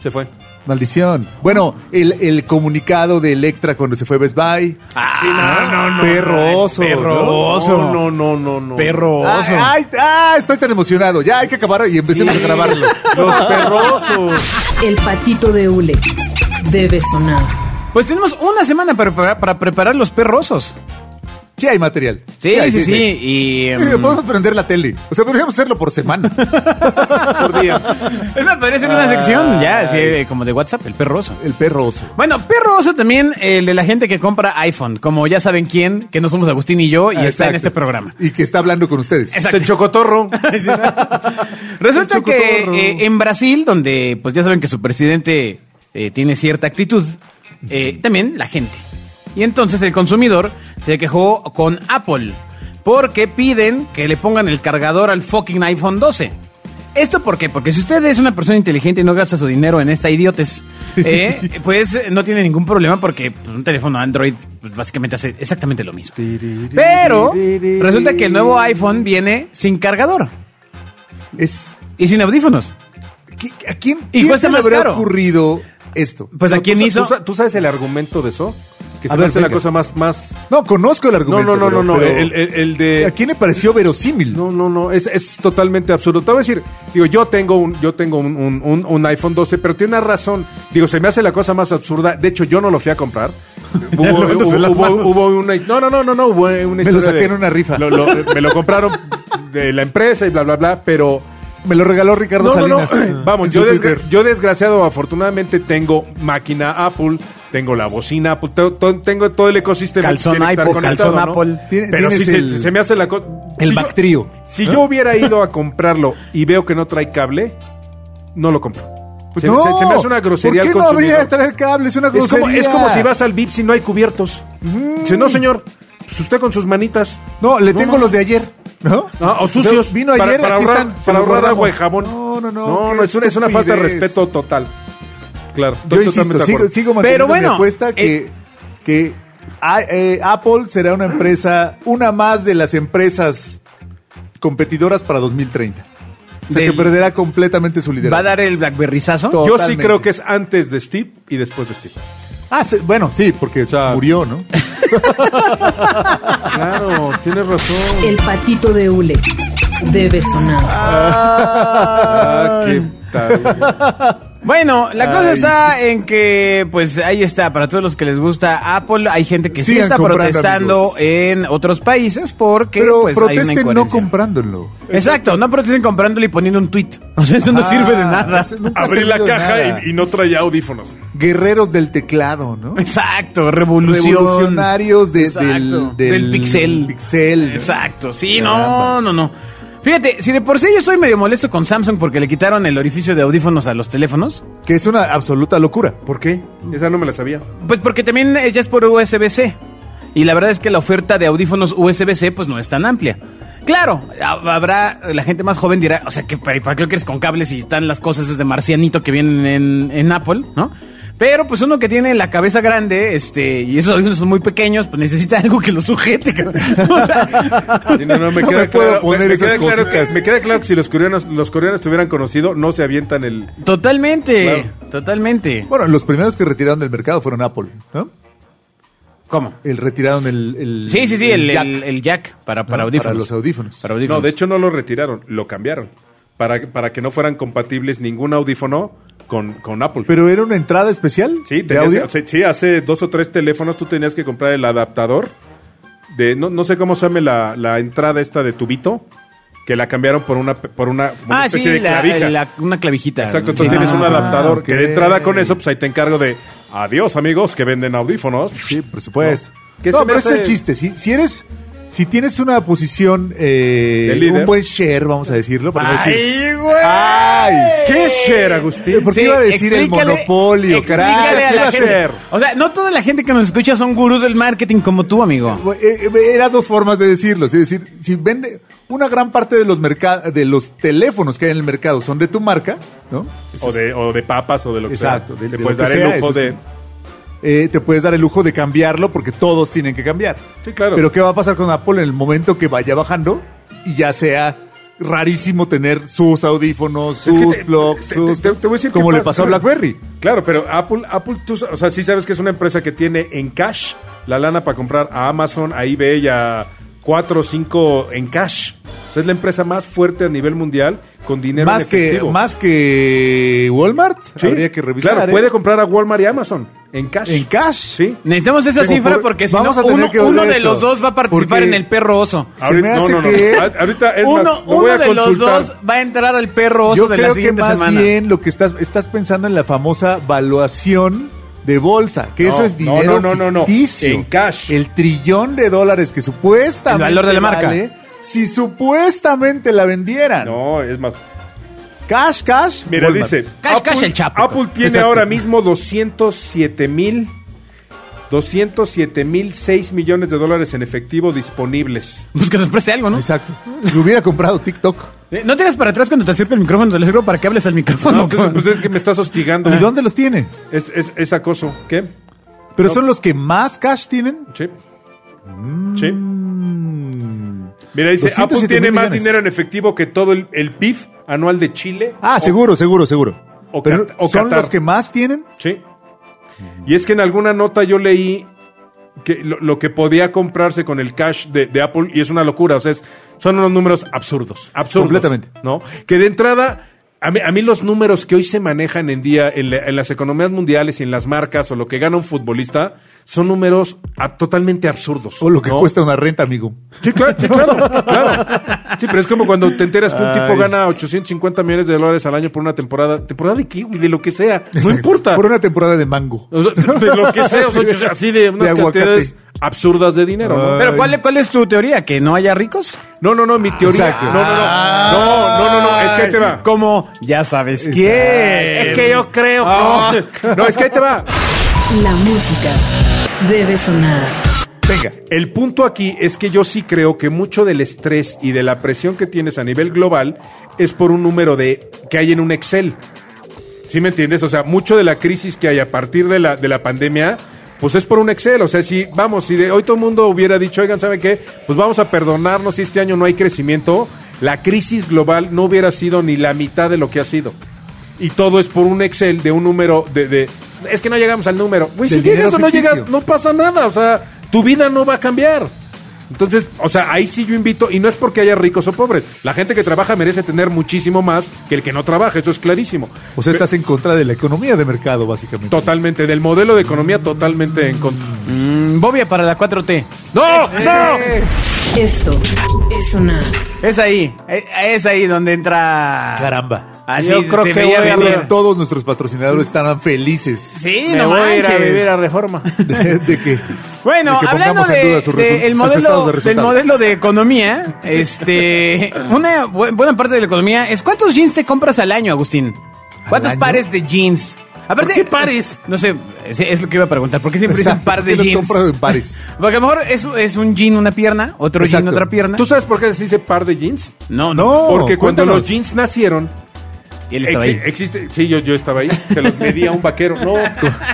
Speaker 4: Se fue.
Speaker 3: Maldición. Bueno, el, el comunicado de Electra cuando se fue a Best Buy.
Speaker 2: no,
Speaker 3: Perro oso.
Speaker 2: perro
Speaker 3: ¿no?
Speaker 2: oso.
Speaker 4: No, no, no, no.
Speaker 2: Perro
Speaker 3: Ay,
Speaker 2: oso.
Speaker 3: ay, ah, estoy tan emocionado. Ya hay que acabar y empecemos a grabarlo.
Speaker 4: Los perrosos.
Speaker 1: El patito de hule. Debe sonar.
Speaker 2: Pues tenemos una semana para preparar, para preparar los perrosos.
Speaker 3: Sí hay material.
Speaker 2: Sí,
Speaker 3: hay,
Speaker 2: sí, sí. Y,
Speaker 3: Sí,
Speaker 2: em,
Speaker 3: podemos prender la tele. O sea, podríamos hacerlo por semana.
Speaker 4: Por día.
Speaker 2: es más, parece una sección ya, así, eh, como de WhatsApp, el perroso.
Speaker 3: El perro oso.
Speaker 2: Bueno, perro oso también el de la gente que compra iPhone, como ya saben quién, que no somos Agustín y yo, y
Speaker 3: Ah,
Speaker 2: está en
Speaker 3: exacto.
Speaker 2: este programa.
Speaker 3: Y que está hablando con ustedes.
Speaker 2: Exacto.
Speaker 4: El chocotorro.
Speaker 2: Resulta
Speaker 3: El
Speaker 2: que
Speaker 3: chocotorro.
Speaker 2: eh, en Brasil, donde pues ya saben que su presidente eh, tiene cierta actitud, eh, también la gente. Y entonces el consumidor se quejó con Apple porque piden que le pongan el cargador al fucking iPhone 12. ¿Esto por qué? Porque si usted es una persona inteligente y no gasta su dinero en esta idiotez, eh, pues eh, no tiene ningún problema porque pues, un teléfono Android pues, básicamente hace exactamente lo mismo. Pero resulta que el nuevo iPhone viene sin cargador.
Speaker 3: Es,
Speaker 2: Y sin audífonos.
Speaker 3: ¿qué- ¿A quién,
Speaker 2: Y
Speaker 3: quién
Speaker 2: cuesta
Speaker 3: se le
Speaker 2: más
Speaker 3: habría
Speaker 2: caro.
Speaker 3: ocurrido esto?
Speaker 2: Pues a
Speaker 4: No,
Speaker 2: quién
Speaker 4: tú sa-
Speaker 2: hizo.
Speaker 4: tú sa- ¿Tú sabes el argumento de eso? Que
Speaker 3: A
Speaker 4: se me
Speaker 3: ver,
Speaker 4: hace la
Speaker 3: venga.
Speaker 4: cosa más, más...
Speaker 3: No, conozco el
Speaker 4: No,
Speaker 3: argumento.
Speaker 4: no, no,
Speaker 3: pero-
Speaker 4: no, no.
Speaker 3: pero
Speaker 4: El, el- el de...
Speaker 3: ¿A quién le pareció verosímil?
Speaker 4: No, no, no, es, es totalmente absurdo. Te voy a decir, digo, yo tengo un, yo tengo un, un- un- un iPhone 12, pero tiene una razón. Digo, se me hace la cosa más absurda. De hecho, yo no lo fui a comprar. hubo,
Speaker 3: levándose
Speaker 4: hubo-
Speaker 3: las
Speaker 4: hubo-
Speaker 3: manos.
Speaker 4: hubo una, no, no, no, no, no, hubo una historia
Speaker 3: lo saqué
Speaker 4: de-
Speaker 3: en una rifa.
Speaker 4: lo- lo- me lo compraron de la empresa y bla, bla, bla, pero...
Speaker 3: Me lo regaló Ricardo
Speaker 4: No, no, no.
Speaker 3: Salinas.
Speaker 4: Vamos,
Speaker 3: en su
Speaker 4: yo, desgra-
Speaker 3: Twitter.
Speaker 4: yo desgraciado, afortunadamente tengo máquina Apple, tengo la bocina Apple, to- to- tengo todo el ecosistema. que
Speaker 2: Calzón
Speaker 4: tiene que estar
Speaker 2: Apple,
Speaker 4: conectado,
Speaker 2: calzón Apple.
Speaker 3: Tiene-
Speaker 4: Pero
Speaker 3: tienes
Speaker 4: sí se-
Speaker 3: el-
Speaker 4: se, me hace la cosa.
Speaker 3: el Bactrio,
Speaker 4: Si yo hubiera ido a comprarlo y veo que no trae cable, no lo compro.
Speaker 3: Pues
Speaker 4: se,
Speaker 3: no,
Speaker 4: se- se me hace una grosería
Speaker 3: ¿Por
Speaker 4: al
Speaker 3: qué no habría de
Speaker 4: consumidor.
Speaker 3: traer cables? Una
Speaker 4: Es
Speaker 3: grosería. Mm.
Speaker 4: como, es como si vas al VIP si no hay cubiertos. Dice, no, señor, pues usted con sus manitas.
Speaker 3: No, le
Speaker 4: No,
Speaker 3: tengo
Speaker 4: no.
Speaker 3: los de ayer. ¿No?
Speaker 4: Ah, o sucios.
Speaker 3: Vino
Speaker 4: para-
Speaker 3: ayer,
Speaker 4: para,
Speaker 3: aquí
Speaker 4: ahorrar,
Speaker 3: están, se
Speaker 4: para
Speaker 3: los
Speaker 4: ahorrar
Speaker 3: guardamos.
Speaker 4: agua y jabón.
Speaker 3: No, no, no,
Speaker 4: No,
Speaker 3: qué
Speaker 4: no, es una, es una falta de
Speaker 3: estupidez.
Speaker 4: respeto total. Claro, to-
Speaker 3: Yo
Speaker 4: totalmente
Speaker 3: insisto,
Speaker 4: de
Speaker 3: sigo,
Speaker 4: acuerdo.
Speaker 3: sigo
Speaker 2: Pero
Speaker 3: manteniendo
Speaker 2: bueno,
Speaker 3: mi apuesta que,
Speaker 2: eh,
Speaker 3: que a- eh, Apple será una empresa, una más de las empresas competidoras para 2030. O sea,
Speaker 2: Del-
Speaker 3: que perderá completamente su liderazgo.
Speaker 2: ¿Va a dar el Blackberryzazo?
Speaker 3: To-
Speaker 4: Yo sí
Speaker 3: totalmente.
Speaker 4: creo que es antes de Steve y después de Steve.
Speaker 3: Ah, se- bueno, sí, porque
Speaker 4: sea,
Speaker 3: murió, ¿no?
Speaker 4: Claro, tienes razón.
Speaker 1: El patito de hule debe sonar.
Speaker 4: Ah, qué tal.
Speaker 2: Bueno, la cosa
Speaker 3: Ay.
Speaker 2: está en que, pues ahí está, para todos los que les gusta Apple, hay gente que sí
Speaker 3: Sigan
Speaker 2: está
Speaker 3: comprando,
Speaker 2: protestando
Speaker 3: amigos.
Speaker 2: en otros países porque
Speaker 3: Pero
Speaker 2: pues, hay una
Speaker 3: protesten no
Speaker 2: incoherencia.
Speaker 3: comprándolo.
Speaker 2: Exacto, no protesten comprándolo y poniendo un tweet. O sea, eso no
Speaker 3: Ah,
Speaker 2: sirve de nada.
Speaker 3: ese nunca ha
Speaker 4: Abrí la
Speaker 3: servido de
Speaker 4: caja
Speaker 3: nada.
Speaker 4: y, y no traía audífonos.
Speaker 3: Guerreros del teclado, ¿no?
Speaker 2: Exacto, revolución.
Speaker 3: Revolucionarios de-
Speaker 2: Exacto,
Speaker 3: del, del-
Speaker 2: del pixel.
Speaker 3: pixel.
Speaker 2: Exacto, sí,
Speaker 3: Caramba.
Speaker 2: no, no, no. Fíjate, si de por sí yo estoy medio molesto con Samsung porque le quitaron el orificio de audífonos a los teléfonos,
Speaker 3: Que es una absoluta locura.
Speaker 4: ¿Por qué? Esa no me la sabía.
Speaker 2: pues porque también eh, ya es por USB-C. Y la verdad es que la oferta de audífonos USB-C pues no es tan amplia. Claro, ha- habrá, la gente más joven dirá, o sea, que para, para qué lo quieres con cables y están las cosas esas de marcianito que vienen en, en Apple, ¿no? Pero pues uno que tiene la cabeza grande, este, y esos audífonos son muy pequeños, pues necesita algo que lo sujete. cabrón. O sea,
Speaker 4: Sí, No, no, me
Speaker 3: No
Speaker 4: queda
Speaker 3: me
Speaker 4: claro.
Speaker 3: puedo
Speaker 4: me-
Speaker 3: poner
Speaker 4: me,
Speaker 3: esas
Speaker 4: queda claro
Speaker 3: cositas.
Speaker 4: que- me queda claro que si los coreanos, los coreanos te hubieran conocido, no se avientan el.
Speaker 2: Totalmente,
Speaker 4: Claro.
Speaker 2: totalmente.
Speaker 3: Bueno, los primeros que retiraron del mercado fueron Apple, ¿no?
Speaker 2: ¿Cómo?
Speaker 3: El retiraron el. el-
Speaker 2: Sí, sí, sí, el, el- el
Speaker 3: jack,
Speaker 2: jack. para, para
Speaker 3: ¿no?
Speaker 2: audífonos.
Speaker 3: Ah, Para los audífonos.
Speaker 2: Para audífonos.
Speaker 4: No, de hecho no lo retiraron, lo cambiaron. Para, para que no fueran compatibles ningún audífono con, con Apple.
Speaker 3: Pero era una entrada especial
Speaker 4: sí,
Speaker 3: de
Speaker 4: tenías-
Speaker 3: audio.
Speaker 4: sí, sí, hace dos o tres teléfonos tú tenías que comprar el adaptador. de No, no sé cómo se llama la, la entrada esta de tubito, que la cambiaron por una, por una, una
Speaker 2: ah,
Speaker 4: especie
Speaker 2: sí,
Speaker 4: de
Speaker 2: la-
Speaker 4: clavija.
Speaker 2: la- una clavijita.
Speaker 4: Exacto,
Speaker 2: ¿no?
Speaker 4: entonces
Speaker 2: Sí.
Speaker 4: tienes un
Speaker 3: Ah,
Speaker 4: adaptador que de
Speaker 3: ok.
Speaker 4: entrada con eso, pues ahí te encargo de adiós amigos que venden audífonos.
Speaker 3: Sí, por supuesto.
Speaker 4: No. Que
Speaker 3: No,
Speaker 4: se me
Speaker 3: pero ese es
Speaker 4: hace-
Speaker 3: el chiste. Si, si eres. Si tienes una posición. eh,
Speaker 4: De líder.
Speaker 3: un buen share, vamos a decirlo. para no decir-
Speaker 2: ¡Ay, güey!
Speaker 3: ¡Ay!
Speaker 4: ¿Qué es share, Agustín?
Speaker 3: ¿Por qué
Speaker 2: Sí,
Speaker 3: iba a decir el
Speaker 2: explícale-
Speaker 3: monopolio,
Speaker 2: explícale
Speaker 3: carajo?
Speaker 2: a
Speaker 3: ¿Qué
Speaker 2: la
Speaker 3: iba a
Speaker 2: gente.
Speaker 3: hacer?
Speaker 4: ser?
Speaker 2: O sea, no toda la gente que nos escucha son gurús del marketing como tú, amigo.
Speaker 3: Eh, eh, Era dos formas de decirlo. Es decir, si vende una gran parte de los merca- de los teléfonos que hay en el mercado son de tu marca, ¿no?
Speaker 4: O de, o de papas o pues, de lo que
Speaker 3: Exacto,
Speaker 4: sea.
Speaker 3: de-
Speaker 4: Te
Speaker 3: de
Speaker 4: puedes
Speaker 3: lo
Speaker 4: dar
Speaker 3: que sea,
Speaker 4: el lujo
Speaker 3: eso
Speaker 4: de.
Speaker 3: sí. Eh, te puedes dar el lujo de cambiarlo porque todos tienen que cambiar.
Speaker 4: Sí, claro.
Speaker 3: Pero ¿qué va a pasar con Apple en el momento que vaya bajando y ya sea rarísimo tener sus audífonos,
Speaker 4: Es
Speaker 3: sus
Speaker 4: que te-
Speaker 3: blogs,
Speaker 4: te-
Speaker 3: sus...
Speaker 4: te- te voy a decir
Speaker 3: como
Speaker 4: qué
Speaker 3: le
Speaker 4: pasa.
Speaker 3: pasó a BlackBerry.
Speaker 4: Claro, pero Apple, Apple tú, sa- o sea, sí sabes que es una empresa que tiene en cash la lana para comprar a Amazon, a eBay, a 4 o 5 en cash. O sea, es la empresa más fuerte a nivel mundial con dinero
Speaker 3: Más
Speaker 4: en
Speaker 3: que,
Speaker 4: efectivo.
Speaker 3: más que Walmart,
Speaker 4: Sí,
Speaker 3: habría que revisar.
Speaker 4: Claro,
Speaker 3: ¿eh?
Speaker 4: puede comprar a Walmart y Amazon en cash.
Speaker 3: En cash.
Speaker 4: Sí.
Speaker 2: Necesitamos esa
Speaker 3: Tengo
Speaker 2: cifra
Speaker 3: por-
Speaker 2: porque si no,
Speaker 3: vamos a tener
Speaker 2: uno,
Speaker 3: que volver
Speaker 2: uno
Speaker 3: a
Speaker 2: de
Speaker 3: esto.
Speaker 2: los dos va a participar
Speaker 3: Porque-
Speaker 2: en el perro oso.
Speaker 3: Se me hace que-
Speaker 4: A- Ahorita es más,
Speaker 2: Uno,
Speaker 4: lo voy
Speaker 2: uno
Speaker 4: a
Speaker 2: de los
Speaker 4: consultar.
Speaker 2: dos va a entrar al perro oso
Speaker 3: Yo
Speaker 2: de la
Speaker 3: creo que
Speaker 2: siguiente
Speaker 3: más
Speaker 2: semana.
Speaker 3: bien lo que estás estás pensando en la famosa valuación de bolsa, que
Speaker 4: No,
Speaker 3: eso es
Speaker 4: no,
Speaker 3: dinero
Speaker 4: no, no, no, no.
Speaker 3: ficticio.
Speaker 4: En cash.
Speaker 3: El trillón de dólares que supuestamente
Speaker 2: El valor de la marca.
Speaker 3: si supuestamente la vendieran.
Speaker 4: No, es más.
Speaker 3: Cash, cash.
Speaker 4: Mira,
Speaker 3: Walmart.
Speaker 4: dice.
Speaker 2: Cash, cash el Chapo.
Speaker 4: Apple tiene
Speaker 3: Exacto.
Speaker 4: ahora mismo 207 mil. 207 mil 6 millones de dólares en efectivvo disponibles.
Speaker 2: Pues que nos preste algo, ¿no?
Speaker 3: Exacto. Si hubiera comprado TikTok.
Speaker 2: Eh, No tienes para atrás cuando te acerco el micrófono, te lo acerco para que hables al micrófono.
Speaker 4: No, pues, pues es que me estás hostigando.
Speaker 3: ¿Y dónde los tiene?
Speaker 4: Es, es, es acoso. ¿Qué?
Speaker 3: Pero
Speaker 4: No.
Speaker 3: son los que más cash tienen.
Speaker 4: Sí. Sí. Mira, dice, Apple
Speaker 3: 207
Speaker 4: tiene
Speaker 3: mil
Speaker 4: más
Speaker 3: millones.
Speaker 4: dinero en efectivo que todo el, el PIB anual de Chile.
Speaker 3: Ah,
Speaker 4: O-
Speaker 3: seguro, seguro, seguro.
Speaker 4: o
Speaker 3: Pero
Speaker 4: Cat- o
Speaker 3: son
Speaker 4: Qatar.
Speaker 3: los que más tienen.
Speaker 4: Sí. Y es que en alguna nota yo leí que lo, lo que podía comprarse con el cash de, de Apple, y es una locura, o sea, es- son unos números absurdos, absurdos.
Speaker 3: Completamente.
Speaker 4: ¿No? Que de entrada, a mí, a mí los números que hoy se manejan en día en, la- en las economías mundiales y en las marcas o lo que gana un futbolista son números ab- totalmente absurdos.
Speaker 3: O lo que
Speaker 4: ¿no?
Speaker 3: cuesta una renta, amigo.
Speaker 4: Sí, claro, sí, claro, claro. Sí, pero es como cuando te enteras que un tipo gana 850 millones de dólares al año por una temporada. ¿Temporada de qué? güey? De lo que sea. No importa.
Speaker 3: Por una temporada de mango.
Speaker 4: O sea, de lo que sea, o sea, yo- así de unas
Speaker 3: De aguacate.
Speaker 4: cantidades absurdas de dinero. ¿no?
Speaker 2: Pero
Speaker 3: Ay.
Speaker 2: ¿cuál, ¿cuál es tu teoría? ¿Que no haya ricos?
Speaker 4: no, no, no, mi teoría.
Speaker 3: Exacto.
Speaker 4: No, no,
Speaker 2: Ah.
Speaker 4: no. No, no, no, no, es que ahí te va.
Speaker 2: Como ya sabes quién.
Speaker 4: Es que yo creo que
Speaker 2: Ah.
Speaker 4: no. No, es que ahí te va.
Speaker 1: La música debe sonar.
Speaker 3: Venga.
Speaker 4: El punto aquí es que yo sí creo que mucho del estrés y de la presión que tienes a nivel global es por un número de que hay en un Excel. ¿Sí me entiendes? O sea, mucho de la crisis que hay a partir de la, de la pandemia, pues es por un Excel. O sea, si, vamos, si de hoy todo el mundo hubiera dicho, oigan, ¿saben qué? Pues vamos a perdonarnos si este año no hay crecimiento, la crisis global no hubiera sido ni la mitad de lo que ha sido. Y todo es por un Excel de un número de... de- es que no llegamos al número. Güey, si
Speaker 3: Del
Speaker 4: llegas
Speaker 3: dinero
Speaker 4: o no
Speaker 3: ficticio.
Speaker 4: llegas, no pasa nada. O sea, tu vida no va a cambiar. Entonces, o sea, ahí sí yo invito, y no es porque haya ricos o pobres. La gente que trabaja merece tener muchísimo más que el que no trabaja, eso es clarísimo.
Speaker 3: O sea, estás en contra de la economía de mercado, básicamente.
Speaker 4: Totalmente, del modelo de economía totalmente en contra.
Speaker 2: Mm, Bobia para la 4T.
Speaker 4: ¡No! ¡No!
Speaker 1: Esto es sonar.
Speaker 2: Es ahí. Es, es ahí donde entra.
Speaker 3: Caramba.
Speaker 2: Así
Speaker 3: Yo creo
Speaker 2: se
Speaker 3: que
Speaker 2: veía
Speaker 3: voy a
Speaker 2: venir.
Speaker 3: ver. todos nuestros patrocinadores estarán felices.
Speaker 2: Sí,
Speaker 4: Me
Speaker 2: no
Speaker 4: voy a ir a
Speaker 2: manches.
Speaker 4: vivir a Reforma.
Speaker 3: De, de que
Speaker 2: Bueno,
Speaker 3: de que
Speaker 2: hablando
Speaker 3: pongamos en
Speaker 2: de-
Speaker 3: duda sus resu-
Speaker 2: de el
Speaker 3: sus
Speaker 2: modelo,
Speaker 3: estados de
Speaker 2: del
Speaker 3: resultados.
Speaker 2: modelo de economía, este, una bu- buena parte de la economía es cuántos jeans te compras al año, Agustín. ¿Cuántos
Speaker 3: año?
Speaker 2: pares de jeans? Aparte,
Speaker 4: qué pares?
Speaker 2: eh, No sé, es, es lo que iba a preguntar. ¿Por qué siempre dicen
Speaker 3: Exacto,
Speaker 2: par de
Speaker 3: ¿por qué los
Speaker 2: jeans?
Speaker 3: compras en pares?
Speaker 2: Porque a lo mejor es, es un jean una pierna, otro jean
Speaker 3: Exacto.
Speaker 2: otra pierna.
Speaker 4: ¿Tú sabes por qué se dice par de jeans?
Speaker 2: No,
Speaker 3: No.
Speaker 2: no.
Speaker 4: Porque cuando
Speaker 3: cuéntanos.
Speaker 4: los jeans nacieron,
Speaker 2: Y él estaba ahí.
Speaker 4: exi- existe, sí, yo, yo estaba ahí, se los pedí a un vaquero. No,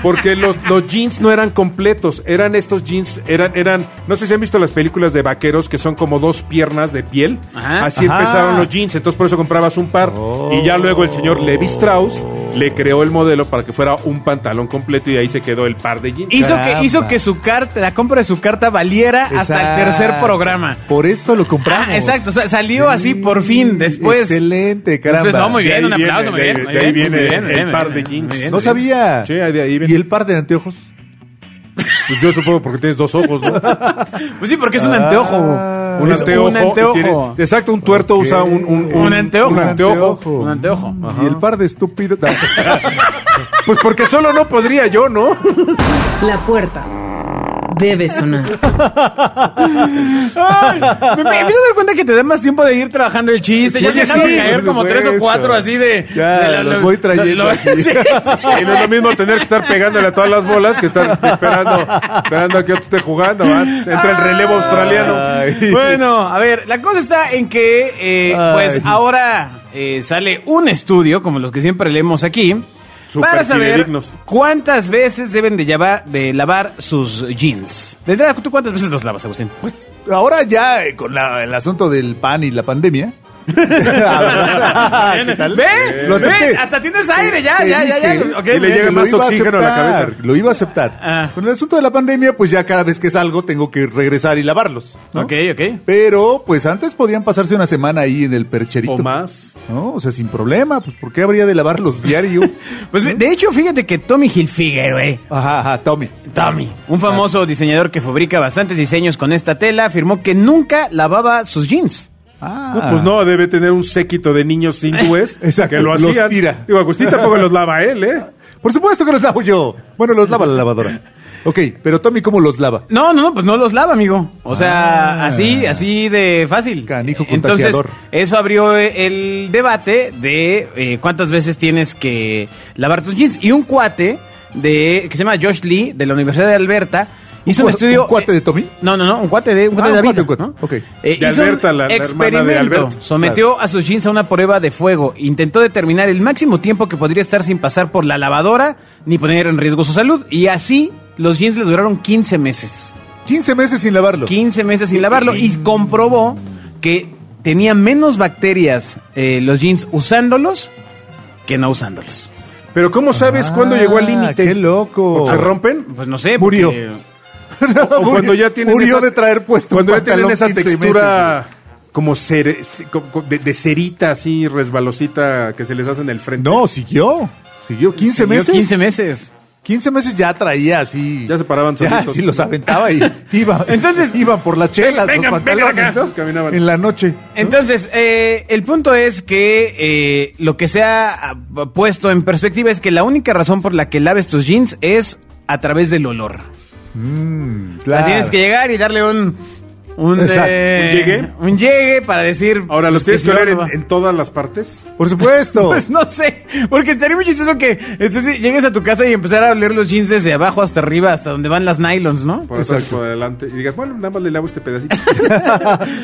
Speaker 4: porque los, los jeans no eran completos, eran estos jeans, eran, eran, no sé si han visto las películas de vaqueros que son como dos piernas de piel.
Speaker 2: Ajá.
Speaker 4: Así
Speaker 3: Ajá.
Speaker 4: empezaron los jeans, entonces por eso comprabas un par. Y ya luego el señor Levi Strauss le creó el modelo para que fuera un pantalón completo y ahí se quedó el par de jeans.
Speaker 2: Hizo
Speaker 3: Caramba.
Speaker 2: que, hizo que su carta, la compra de su carta valiera hasta el tercer
Speaker 3: Exacto.
Speaker 2: programa.
Speaker 3: Por esto lo compramos.
Speaker 2: Ah, exacto, o sea, salió así por fin, después.
Speaker 3: Excelente, caramba.
Speaker 2: Después, no, muy
Speaker 4: De
Speaker 2: bien,
Speaker 4: ahí
Speaker 2: un aplauso, muy
Speaker 4: viene,
Speaker 2: bien.
Speaker 4: de-
Speaker 2: muy
Speaker 4: de
Speaker 2: bien,
Speaker 4: ahí viene
Speaker 2: muy bien, muy
Speaker 4: el
Speaker 2: bien,
Speaker 4: par
Speaker 2: muy bien,
Speaker 4: de jeans.
Speaker 2: muy bien,
Speaker 3: No
Speaker 2: muy bien.
Speaker 3: sabía.
Speaker 4: Sí, ahí de ahí viene.
Speaker 3: ¿Y el par de anteojos?
Speaker 4: Pues yo supongo porque tienes dos ojos, ¿no?
Speaker 2: Pues sí, porque es un anteojo.
Speaker 3: Ah,
Speaker 4: Un
Speaker 2: Es
Speaker 4: anteojo.
Speaker 2: Un anteojo.
Speaker 4: tiene- exacto, un tuerto
Speaker 3: Ok.
Speaker 4: usa un, un,
Speaker 2: Un anteojo.
Speaker 4: Un anteojo.
Speaker 2: Un anteojo. Ajá.
Speaker 3: Y el par de estúpidos.
Speaker 4: Pues porque solo no podría yo, ¿no?
Speaker 1: La puerta debe sonar.
Speaker 2: Ay, me, me empiezo a dar cuenta que te da más tiempo de ir trabajando el chiste. ya has
Speaker 3: Oye,
Speaker 2: dejado
Speaker 3: sí,
Speaker 2: caer
Speaker 3: por
Speaker 2: como tres o
Speaker 3: supuesto.
Speaker 2: cuatro así de.
Speaker 3: Ya,
Speaker 2: de la-
Speaker 3: los
Speaker 2: lo-
Speaker 3: voy trayendo
Speaker 2: lo-
Speaker 3: aquí.
Speaker 2: sí.
Speaker 4: Y no es lo mismo tener que estar pegándole a todas las bolas que estar esperando, esperando a que otro esté jugando. ¿va? Entra el relevo australiano.
Speaker 3: Ay.
Speaker 2: Bueno, a ver, la cosa está en que, eh,
Speaker 3: Ay.
Speaker 2: pues ahora eh, sale un estudio, como los que siempre leemos aquí,
Speaker 4: Súper
Speaker 2: para saber
Speaker 4: fidedignos.
Speaker 2: cuántas veces deben de, llevar- de lavar sus jeans. De entrada, ¿tú cuántas veces los lavas, Agustín?
Speaker 3: Pues ahora ya eh, con la- el asunto del pan y la pandemia. ¿Qué tal?
Speaker 2: Eh, ¿Ve?
Speaker 3: Eh, Ah, Lo acepté.
Speaker 2: ¿Ve? Hasta tienes aire, ya,
Speaker 3: Te
Speaker 2: ya, ya, ya.
Speaker 3: dije
Speaker 2: Ok,
Speaker 4: Y le
Speaker 2: bien.
Speaker 4: llega
Speaker 3: que lo
Speaker 4: más
Speaker 3: iba a
Speaker 4: oxígeno a la
Speaker 3: aceptar,
Speaker 4: cabeza.
Speaker 3: Lo iba a aceptar.
Speaker 2: Ah.
Speaker 3: Con el asunto de la pandemia, pues ya cada vez que salgo tengo que regresar y lavarlos. ¿no?
Speaker 2: Ok, ok.
Speaker 3: Pero, pues antes podían pasarse una semana ahí en el percherito.
Speaker 4: O más.
Speaker 3: ¿No? O sea, sin problema. Pues, ¿por qué habría de lavarlos diario?
Speaker 2: Pues de hecho, fíjate que Tommy Hilfiger, güey.
Speaker 3: ajá, ajá, Tommy.
Speaker 2: Tommy, un famoso diseñador que fabrica bastantes diseños con esta tela, afirmó que nunca lavaba sus jeans.
Speaker 3: Ah.
Speaker 4: No, pues no, debe tener un séquito de niños hindúes
Speaker 3: Exacto,
Speaker 4: que lo
Speaker 3: los
Speaker 4: hacían.
Speaker 3: tira.
Speaker 4: Digo, Agustín tampoco los lava él, ¿eh?
Speaker 3: Por supuesto que los lavo yo. Bueno, los lava la lavadora. Ok, pero Tommy, ¿cómo los lava?
Speaker 2: No, no, no, pues no los lava, amigo. O sea,
Speaker 3: Ah.
Speaker 2: así, así de fácil. Eh,
Speaker 3: Canijo
Speaker 2: Entonces,
Speaker 3: contagiador.
Speaker 2: eso abrió eh, el debate de eh, cuántas veces tienes que lavar tus jeans. Y un cuate de que se llama Josh Lee, de la Universidad de Alberta, hizo un,
Speaker 3: cua-
Speaker 2: estudio... eh,
Speaker 3: un cuate de Tommy?
Speaker 2: No, no, no, un cuate de, un cuate
Speaker 3: Ah,
Speaker 2: de
Speaker 3: un
Speaker 2: la
Speaker 3: cuate,
Speaker 2: vida,
Speaker 3: un
Speaker 2: ¿no?
Speaker 3: cuate. Ok.
Speaker 2: Eh,
Speaker 4: De
Speaker 2: hizo un
Speaker 4: Alberta, la- la hermana de
Speaker 2: experimento.
Speaker 4: Alberta.
Speaker 2: Sometió a sus jeans a una prueba de fuego. Intentó determinar el máximo tiempo que podría estar sin pasar por la lavadora ni poner en riesgo su salud. Y así los jeans le duraron 15 meses.
Speaker 3: 15 meses sin lavarlo.
Speaker 2: 15 meses sin lavarlo. Y comprobó que tenía menos bacterias eh, los jeans usándolos que no usándolos.
Speaker 4: Pero ¿cómo sabes cuándo llegó al límite?
Speaker 3: ¡Qué loco!
Speaker 4: ¿Se rompen?
Speaker 2: Pues no sé.
Speaker 3: Murió.
Speaker 2: porque-
Speaker 4: O cuando ya tienen
Speaker 3: Murió
Speaker 4: esa-
Speaker 3: de traer puesto
Speaker 4: Cuando
Speaker 3: un
Speaker 4: ya tienen
Speaker 3: pantalón
Speaker 4: esa
Speaker 3: 15 meses,
Speaker 4: textura como cere- ce- co- co- de, de cerita así, resbalosita, que se les hace en el frente.
Speaker 3: No, siguió. Siguió 15
Speaker 2: Siguió
Speaker 3: meses. 15,
Speaker 2: 15 meses.
Speaker 3: meses ya traía así.
Speaker 4: Ya se paraban
Speaker 3: Ya,
Speaker 4: solitos.
Speaker 3: sí, los aventaba y iba,
Speaker 2: Entonces-
Speaker 3: iban por las chelas,
Speaker 4: Vengan,
Speaker 3: los
Speaker 4: vengan
Speaker 3: pantalones,
Speaker 4: acá.
Speaker 3: ¿no?
Speaker 4: Caminaban.
Speaker 3: En la noche.
Speaker 2: Entonces, eh, el punto es que eh, lo que se ha ah, puesto en perspectiva es que la única razón por la que laves tus jeans es a través del olor. O sea,
Speaker 3: Claro.
Speaker 2: tienes que llegar y darle un... Un,
Speaker 3: Exacto.
Speaker 2: eh,
Speaker 4: ¿Un llegue?
Speaker 2: un llegue para decir...
Speaker 4: Ahora, ¿los
Speaker 2: pues,
Speaker 4: tienes que
Speaker 2: sí,
Speaker 4: oler en,
Speaker 2: va.
Speaker 4: en todas las partes?
Speaker 3: Por supuesto.
Speaker 2: Pues no sé, porque estaría muy chistoso que entonces, llegues a tu casa y empezar a oler los jeans desde abajo hasta arriba, hasta donde van las nylons, ¿no?
Speaker 4: Por atrás y
Speaker 3: Exacto.
Speaker 4: por adelante. Y digas, bueno, nada más le lavo este pedacito.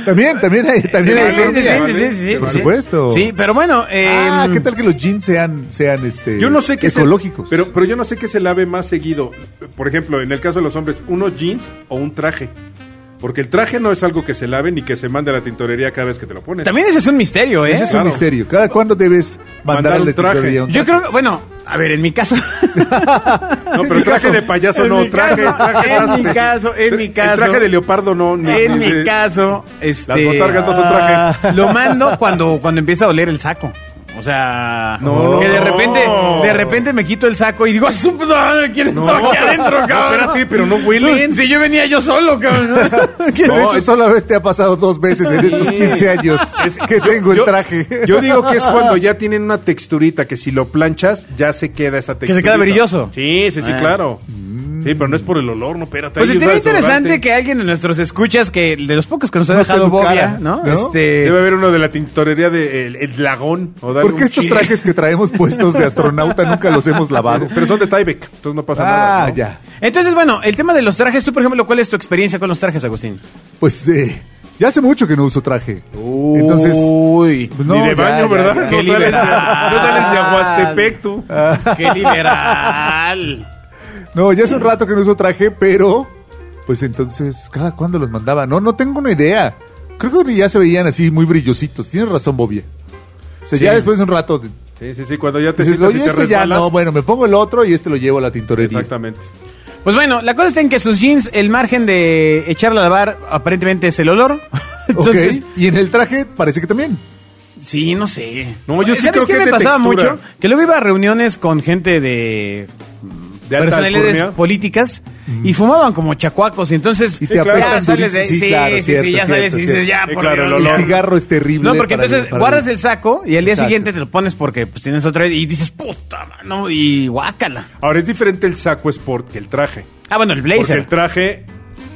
Speaker 3: también, también hay, también hay
Speaker 4: sí,
Speaker 3: economía.
Speaker 4: sí, sí, sí,
Speaker 3: Por
Speaker 4: sí.
Speaker 3: supuesto.
Speaker 2: Sí, pero bueno...
Speaker 3: Ah,
Speaker 2: em,
Speaker 3: ¿qué tal que los jeans sean, sean este,
Speaker 4: Yo no sé qué se-
Speaker 3: ecológicos?
Speaker 4: pero, pero yo no sé qué se lave más seguido. Por ejemplo, en el caso de los hombres, unos jeans o un traje. Porque el traje no es algo que se lave ni que se mande a la tintorería cada vez que te lo pones.
Speaker 2: También ese es un misterio, ¿eh?
Speaker 3: Ese es
Speaker 4: claro.
Speaker 3: un misterio. ¿Cada cuándo debes
Speaker 4: Mandar un
Speaker 3: mandarle
Speaker 4: traje.
Speaker 3: tutoría a un
Speaker 2: Yo creo que, bueno, a ver, en mi caso...
Speaker 4: No, pero
Speaker 3: En mi
Speaker 4: traje
Speaker 3: caso.
Speaker 4: de payaso
Speaker 2: En
Speaker 4: no,
Speaker 2: mi
Speaker 4: traje,
Speaker 2: caso,
Speaker 4: traje
Speaker 2: en mi
Speaker 4: sastre.
Speaker 2: caso, en mi
Speaker 4: El
Speaker 2: caso.
Speaker 4: traje de leopardo no. ni-
Speaker 2: En
Speaker 4: ni de-
Speaker 2: mi caso, este...
Speaker 4: Las botargas no son traje.
Speaker 2: Lo mando cuando, cuando empieza a oler el saco. O sea,
Speaker 4: No.
Speaker 2: que de repente, de repente me quito el saco y digo, "Su- ah, ¿quién está aquí adentro,
Speaker 4: No,
Speaker 2: cabrón?
Speaker 4: espérate, pero no huelen.
Speaker 2: Si yo venía yo solo, cabrón. Pues ¿Qué
Speaker 3: No,
Speaker 2: ves?
Speaker 3: eso solamente te ha pasado dos veces en estos 15 años que tengo
Speaker 4: Yo-
Speaker 3: el traje.
Speaker 4: Yo digo que es cuando ya tienen una texturita que si lo planchas ya se queda esa textura.
Speaker 2: se queda brilloso.
Speaker 4: Sí, sí, sí,
Speaker 2: Ah.
Speaker 4: claro. Sí, pero no es por el olor, no, espérate.
Speaker 2: Pues
Speaker 4: ahí
Speaker 2: estaría
Speaker 4: usa
Speaker 2: interesante
Speaker 4: desodorante.
Speaker 2: que alguien de nuestros escuchas, que de los pocos que nos ha
Speaker 3: No se
Speaker 2: dejado
Speaker 3: educara,
Speaker 2: bobia, ¿no?
Speaker 3: ¿no?
Speaker 2: Este,
Speaker 4: Debe haber uno de la tintorería de El, el Dragón. O darle
Speaker 3: ¿Por qué
Speaker 4: un
Speaker 3: estos
Speaker 4: chile.
Speaker 3: trajes que traemos puestos de astronauta nunca los hemos lavado?
Speaker 4: Pero son de Tyvek, entonces no pasa nada.
Speaker 3: Ah,
Speaker 4: ¿no?
Speaker 3: ya.
Speaker 2: Entonces, bueno, el tema de los trajes, tú, por ejemplo, ¿cuál es tu experiencia con los trajes, Agustín?
Speaker 3: Pues eh, ya hace mucho que no uso traje.
Speaker 4: Oh.
Speaker 3: Entonces,
Speaker 2: Uy.
Speaker 3: pues,
Speaker 4: Ni
Speaker 3: no,
Speaker 4: de
Speaker 3: ya,
Speaker 4: baño,
Speaker 3: ya,
Speaker 4: ¿verdad?
Speaker 3: ya.
Speaker 2: Qué
Speaker 4: No, sales de,
Speaker 2: liberal.
Speaker 4: no sales de Aguastepec tú.
Speaker 3: Ah.
Speaker 2: ¡Qué liberal!
Speaker 3: No, ya hace un rato que no uso traje, pero pues entonces, ¿cada cuándo los mandaba? No, no tengo una idea. Creo que ya se veían así muy brillositos. Tienes razón, Bobia. O sea,
Speaker 4: Sí.
Speaker 3: ya después de un rato de-
Speaker 4: Sí, sí, sí, cuando ya te
Speaker 3: dices,
Speaker 4: sientas y
Speaker 3: oye,
Speaker 4: te
Speaker 3: este ya
Speaker 4: resbalas.
Speaker 3: no, bueno, me pongo el otro y este lo llevo a la tintorería.
Speaker 4: Exactamente.
Speaker 2: Pues bueno, la cosa está en que sus jeans, el margen de echarla a lavar aparentemente es el olor. Entonces,
Speaker 3: ok, y en el traje parece que también.
Speaker 2: sí, no sé.
Speaker 4: No, yo sí
Speaker 2: ¿Sabes
Speaker 4: creo
Speaker 2: qué
Speaker 4: que
Speaker 2: me
Speaker 4: es de
Speaker 2: pasaba
Speaker 4: textura.
Speaker 2: mucho? Que luego iba a reuniones con gente Mm, de,
Speaker 4: De alta
Speaker 2: personalidades
Speaker 4: alcurnia.
Speaker 2: políticas y fumaban como chacuacos. Y entonces,
Speaker 3: Y
Speaker 4: Sí,
Speaker 3: te
Speaker 4: claro.
Speaker 2: ya
Speaker 3: apestan
Speaker 2: sales de, sí,
Speaker 3: durísimo.
Speaker 2: sí,
Speaker 3: claro,
Speaker 2: sí,
Speaker 3: cierto,
Speaker 2: ya
Speaker 3: cierto,
Speaker 2: sales y dices,
Speaker 3: cierto.
Speaker 2: ya,
Speaker 4: Sí,
Speaker 2: por
Speaker 4: claro, el
Speaker 2: Dios,
Speaker 4: olor.
Speaker 2: ya.
Speaker 3: El cigarro es terrible.
Speaker 2: No, porque
Speaker 3: para
Speaker 2: entonces
Speaker 3: para
Speaker 2: guardas el saco y al día
Speaker 3: Exacto.
Speaker 2: siguiente te lo pones porque pues, tienes otra vez y dices, puta, no, y guácala.
Speaker 4: Ahora es diferente el saco sport que el traje.
Speaker 2: Ah, bueno, el
Speaker 4: Porque
Speaker 2: blazer.
Speaker 4: el traje,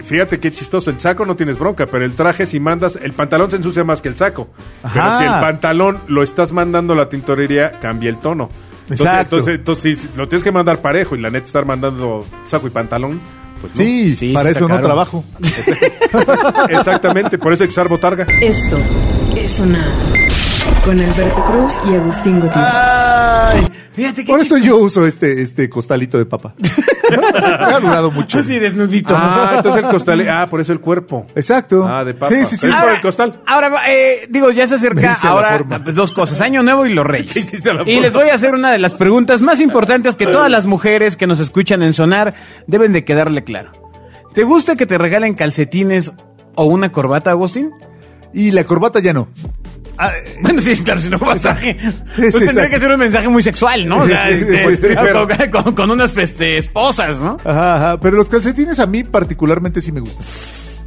Speaker 4: fíjate qué chistoso, el saco no tienes bronca, pero el traje si mandas, el pantalón se ensucia más que el saco. Pero
Speaker 3: Ajá.
Speaker 4: si el pantalón lo estás mandando a la tintorería, cambia el tono. Entonces,
Speaker 3: Exacto.
Speaker 4: entonces, entonces, si lo tienes que mandar parejo y la neta estar mandando saco y pantalón, pues no.
Speaker 3: Sí,
Speaker 2: Sí,
Speaker 3: para
Speaker 2: sí
Speaker 3: eso
Speaker 2: está
Speaker 3: no
Speaker 2: caro.
Speaker 3: trabajo.
Speaker 4: Exactamente, por eso hay que usar botarga.
Speaker 1: Esto es sonar con Alberto Cruz y Agustín Gutiérrez.
Speaker 2: Ay, fíjate qué
Speaker 3: Por eso yo uso este, este costalito de papa. Me ha durado mucho.
Speaker 2: Así desnudito.
Speaker 4: Ah, entonces el costal, ah, por eso el cuerpo.
Speaker 3: Exacto.
Speaker 4: Ah, de papa.
Speaker 3: Sí, sí, sí.
Speaker 4: Ah, por el costal.
Speaker 2: Ahora, eh, digo, ya se
Speaker 3: Me
Speaker 2: acerca
Speaker 3: hice la
Speaker 2: ahora
Speaker 3: forma.
Speaker 2: pues, dos cosas, Año Nuevo y los Reyes.
Speaker 4: ¿Qué hiciste a la
Speaker 2: Y
Speaker 4: forma?
Speaker 2: les voy a hacer una de las preguntas más importantes que todas las mujeres que nos escuchan en Sonar deben de quedarle claro. ¿Te gusta que te regalen calcetines o una corbata, Agustín?
Speaker 3: Y la corbata ya no. Ah,
Speaker 2: Bueno, sí, claro, si no pasaje.
Speaker 3: sí,
Speaker 2: pues tendría
Speaker 3: exacto.
Speaker 2: que ser un mensaje muy sexual, ¿no? O sea,
Speaker 3: Sí, sí,
Speaker 2: este,
Speaker 3: sí, stripper.
Speaker 2: con, con- con unas este, esposas, ¿no?
Speaker 3: ajá, ajá. Pero los calcetines a mí particularmente sí me gustan.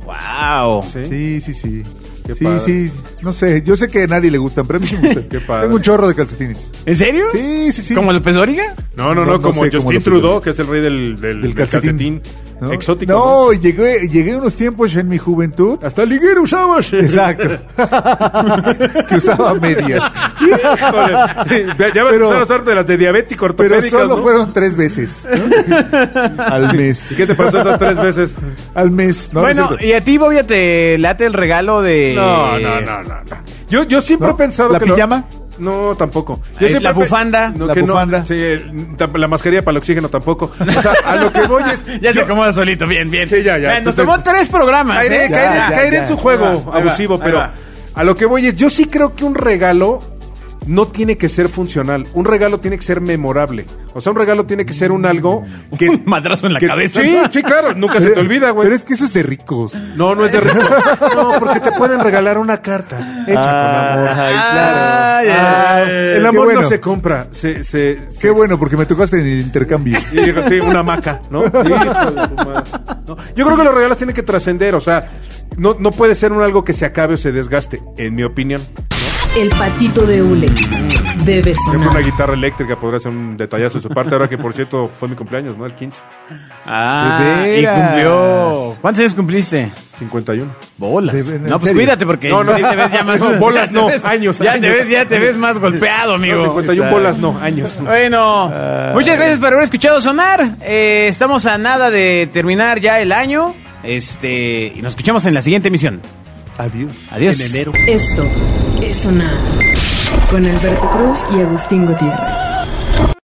Speaker 2: Wow.
Speaker 4: Sí.
Speaker 3: Sí, sí, sí.
Speaker 4: Qué
Speaker 3: sí,
Speaker 4: padre.
Speaker 3: sí. No sé. Yo sé que a nadie le gustan, pero a mí sí me gustan.
Speaker 4: Qué padre.
Speaker 3: Tengo un chorro de calcetines.
Speaker 2: ¿En serio?
Speaker 3: Sí, sí, sí.
Speaker 2: ¿Como López Origa?
Speaker 4: No, no, no,
Speaker 3: No, no
Speaker 4: como
Speaker 3: sé cómo
Speaker 4: Justin
Speaker 3: lo
Speaker 4: Trudeau,
Speaker 3: pusieron.
Speaker 4: que es el rey del, del,
Speaker 3: Del
Speaker 4: del calcetín.
Speaker 3: calcetín. ¿no?
Speaker 4: Exótico.
Speaker 3: No, Llegué, llegué unos tiempos en mi juventud.
Speaker 4: ¿no? Hasta liguero usabas.
Speaker 3: Exacto. que usaba medias.
Speaker 4: Híjole. ya, ya
Speaker 3: Pero-
Speaker 4: vas a empezar a usar de las de diabético
Speaker 3: Pero
Speaker 4: ortopédicas,
Speaker 3: solo
Speaker 4: ¿no?
Speaker 3: fueron tres veces. ¿no? Al mes.
Speaker 4: ¿Y qué te pasó esas tres veces?
Speaker 3: Al mes. No,
Speaker 2: bueno,
Speaker 3: no es cierto.
Speaker 2: ¿y a ti, Bobia, te late el regalo de.
Speaker 4: No, no, no, no. no. Yo, yo siempre
Speaker 3: ¿No?
Speaker 4: he pensado
Speaker 3: ¿La
Speaker 4: que...
Speaker 3: pijama? Ah,
Speaker 4: No, tampoco. Yo
Speaker 2: Eh,
Speaker 4: siempre
Speaker 2: la
Speaker 4: pe-
Speaker 2: bufanda.
Speaker 4: No,
Speaker 3: La
Speaker 4: que no.
Speaker 3: bufanda.
Speaker 4: Sí, el- tam- la mascarilla para el oxígeno tampoco. O sea, a lo que voy es...
Speaker 2: Ya se
Speaker 4: yo-
Speaker 2: acomoda solito, bien, bien.
Speaker 4: Sí, ya, ya.
Speaker 2: Vean, nos
Speaker 4: Entonces-
Speaker 2: tomó tres programas.
Speaker 4: Caeré,
Speaker 2: ¿eh?
Speaker 3: ¿eh? Ya,
Speaker 4: caeré-
Speaker 3: ya,
Speaker 4: caeré
Speaker 3: ya.
Speaker 4: en su juego
Speaker 2: Ahí va, ahí
Speaker 4: abusivo,
Speaker 2: va,
Speaker 4: pero...
Speaker 2: ahí va.
Speaker 4: A lo que voy es, yo sí creo que un regalo no tiene que ser funcional. Un regalo tiene que ser memorable. O sea, un regalo tiene que ser un algo que...
Speaker 2: Un madrazo en la
Speaker 4: que-
Speaker 2: cabeza.
Speaker 4: Sí, sí, claro. Nunca se te olvida, güey.
Speaker 3: Mm. Pero es que eso es de ricos.
Speaker 4: No, no es de rico. No, porque te pueden regalar una carta. Hecha con amor.
Speaker 3: Ah, Ay, claro.
Speaker 2: Ay,
Speaker 3: Ah,
Speaker 2: ay,
Speaker 4: El
Speaker 3: qué
Speaker 4: amor
Speaker 3: bueno,
Speaker 4: no se compra. Se, se, se-
Speaker 3: Qué bueno, porque me tocaste en el intercambio.
Speaker 4: Y digo, sí, una maca, ¿no? Hijo de tu madre. No, Yo creo que los regalos tienen que trascender, o sea, no, no puede ser un algo que se acabe o se desgaste, en mi opinión.
Speaker 1: El patito de hule debe
Speaker 4: Por ejemplo, una
Speaker 1: sonar.
Speaker 4: guitarra eléctrica podría ser un detallazo de su parte, ahora que por cierto fue mi cumpleaños, ¿no? El 15,
Speaker 2: Ah,
Speaker 3: De
Speaker 2: y
Speaker 3: veras.
Speaker 2: cumplió. ¿Cuántos años cumpliste?
Speaker 4: 51.
Speaker 2: Bolas.
Speaker 3: De- en
Speaker 2: no, pues
Speaker 3: serio.
Speaker 2: cuídate porque
Speaker 4: No, no.
Speaker 2: sí te ves ya más.
Speaker 4: No, bolas no,
Speaker 2: ya te ves-
Speaker 4: años,
Speaker 2: Ya te
Speaker 4: años.
Speaker 2: ves, ya te ves más golpeado,
Speaker 4: No,
Speaker 2: amigo.
Speaker 4: 51
Speaker 2: Exacto.
Speaker 4: bolas, no, años.
Speaker 2: Bueno, muchas gracias por haber escuchado sonar. Eh, estamos a nada de terminar ya el año. Este, y nos escuchamos en la siguiente emisión.
Speaker 3: Adiós.
Speaker 2: Adiós.
Speaker 1: Esto es sonar. Con Alberto Cruz y Agustín Gutiérrez.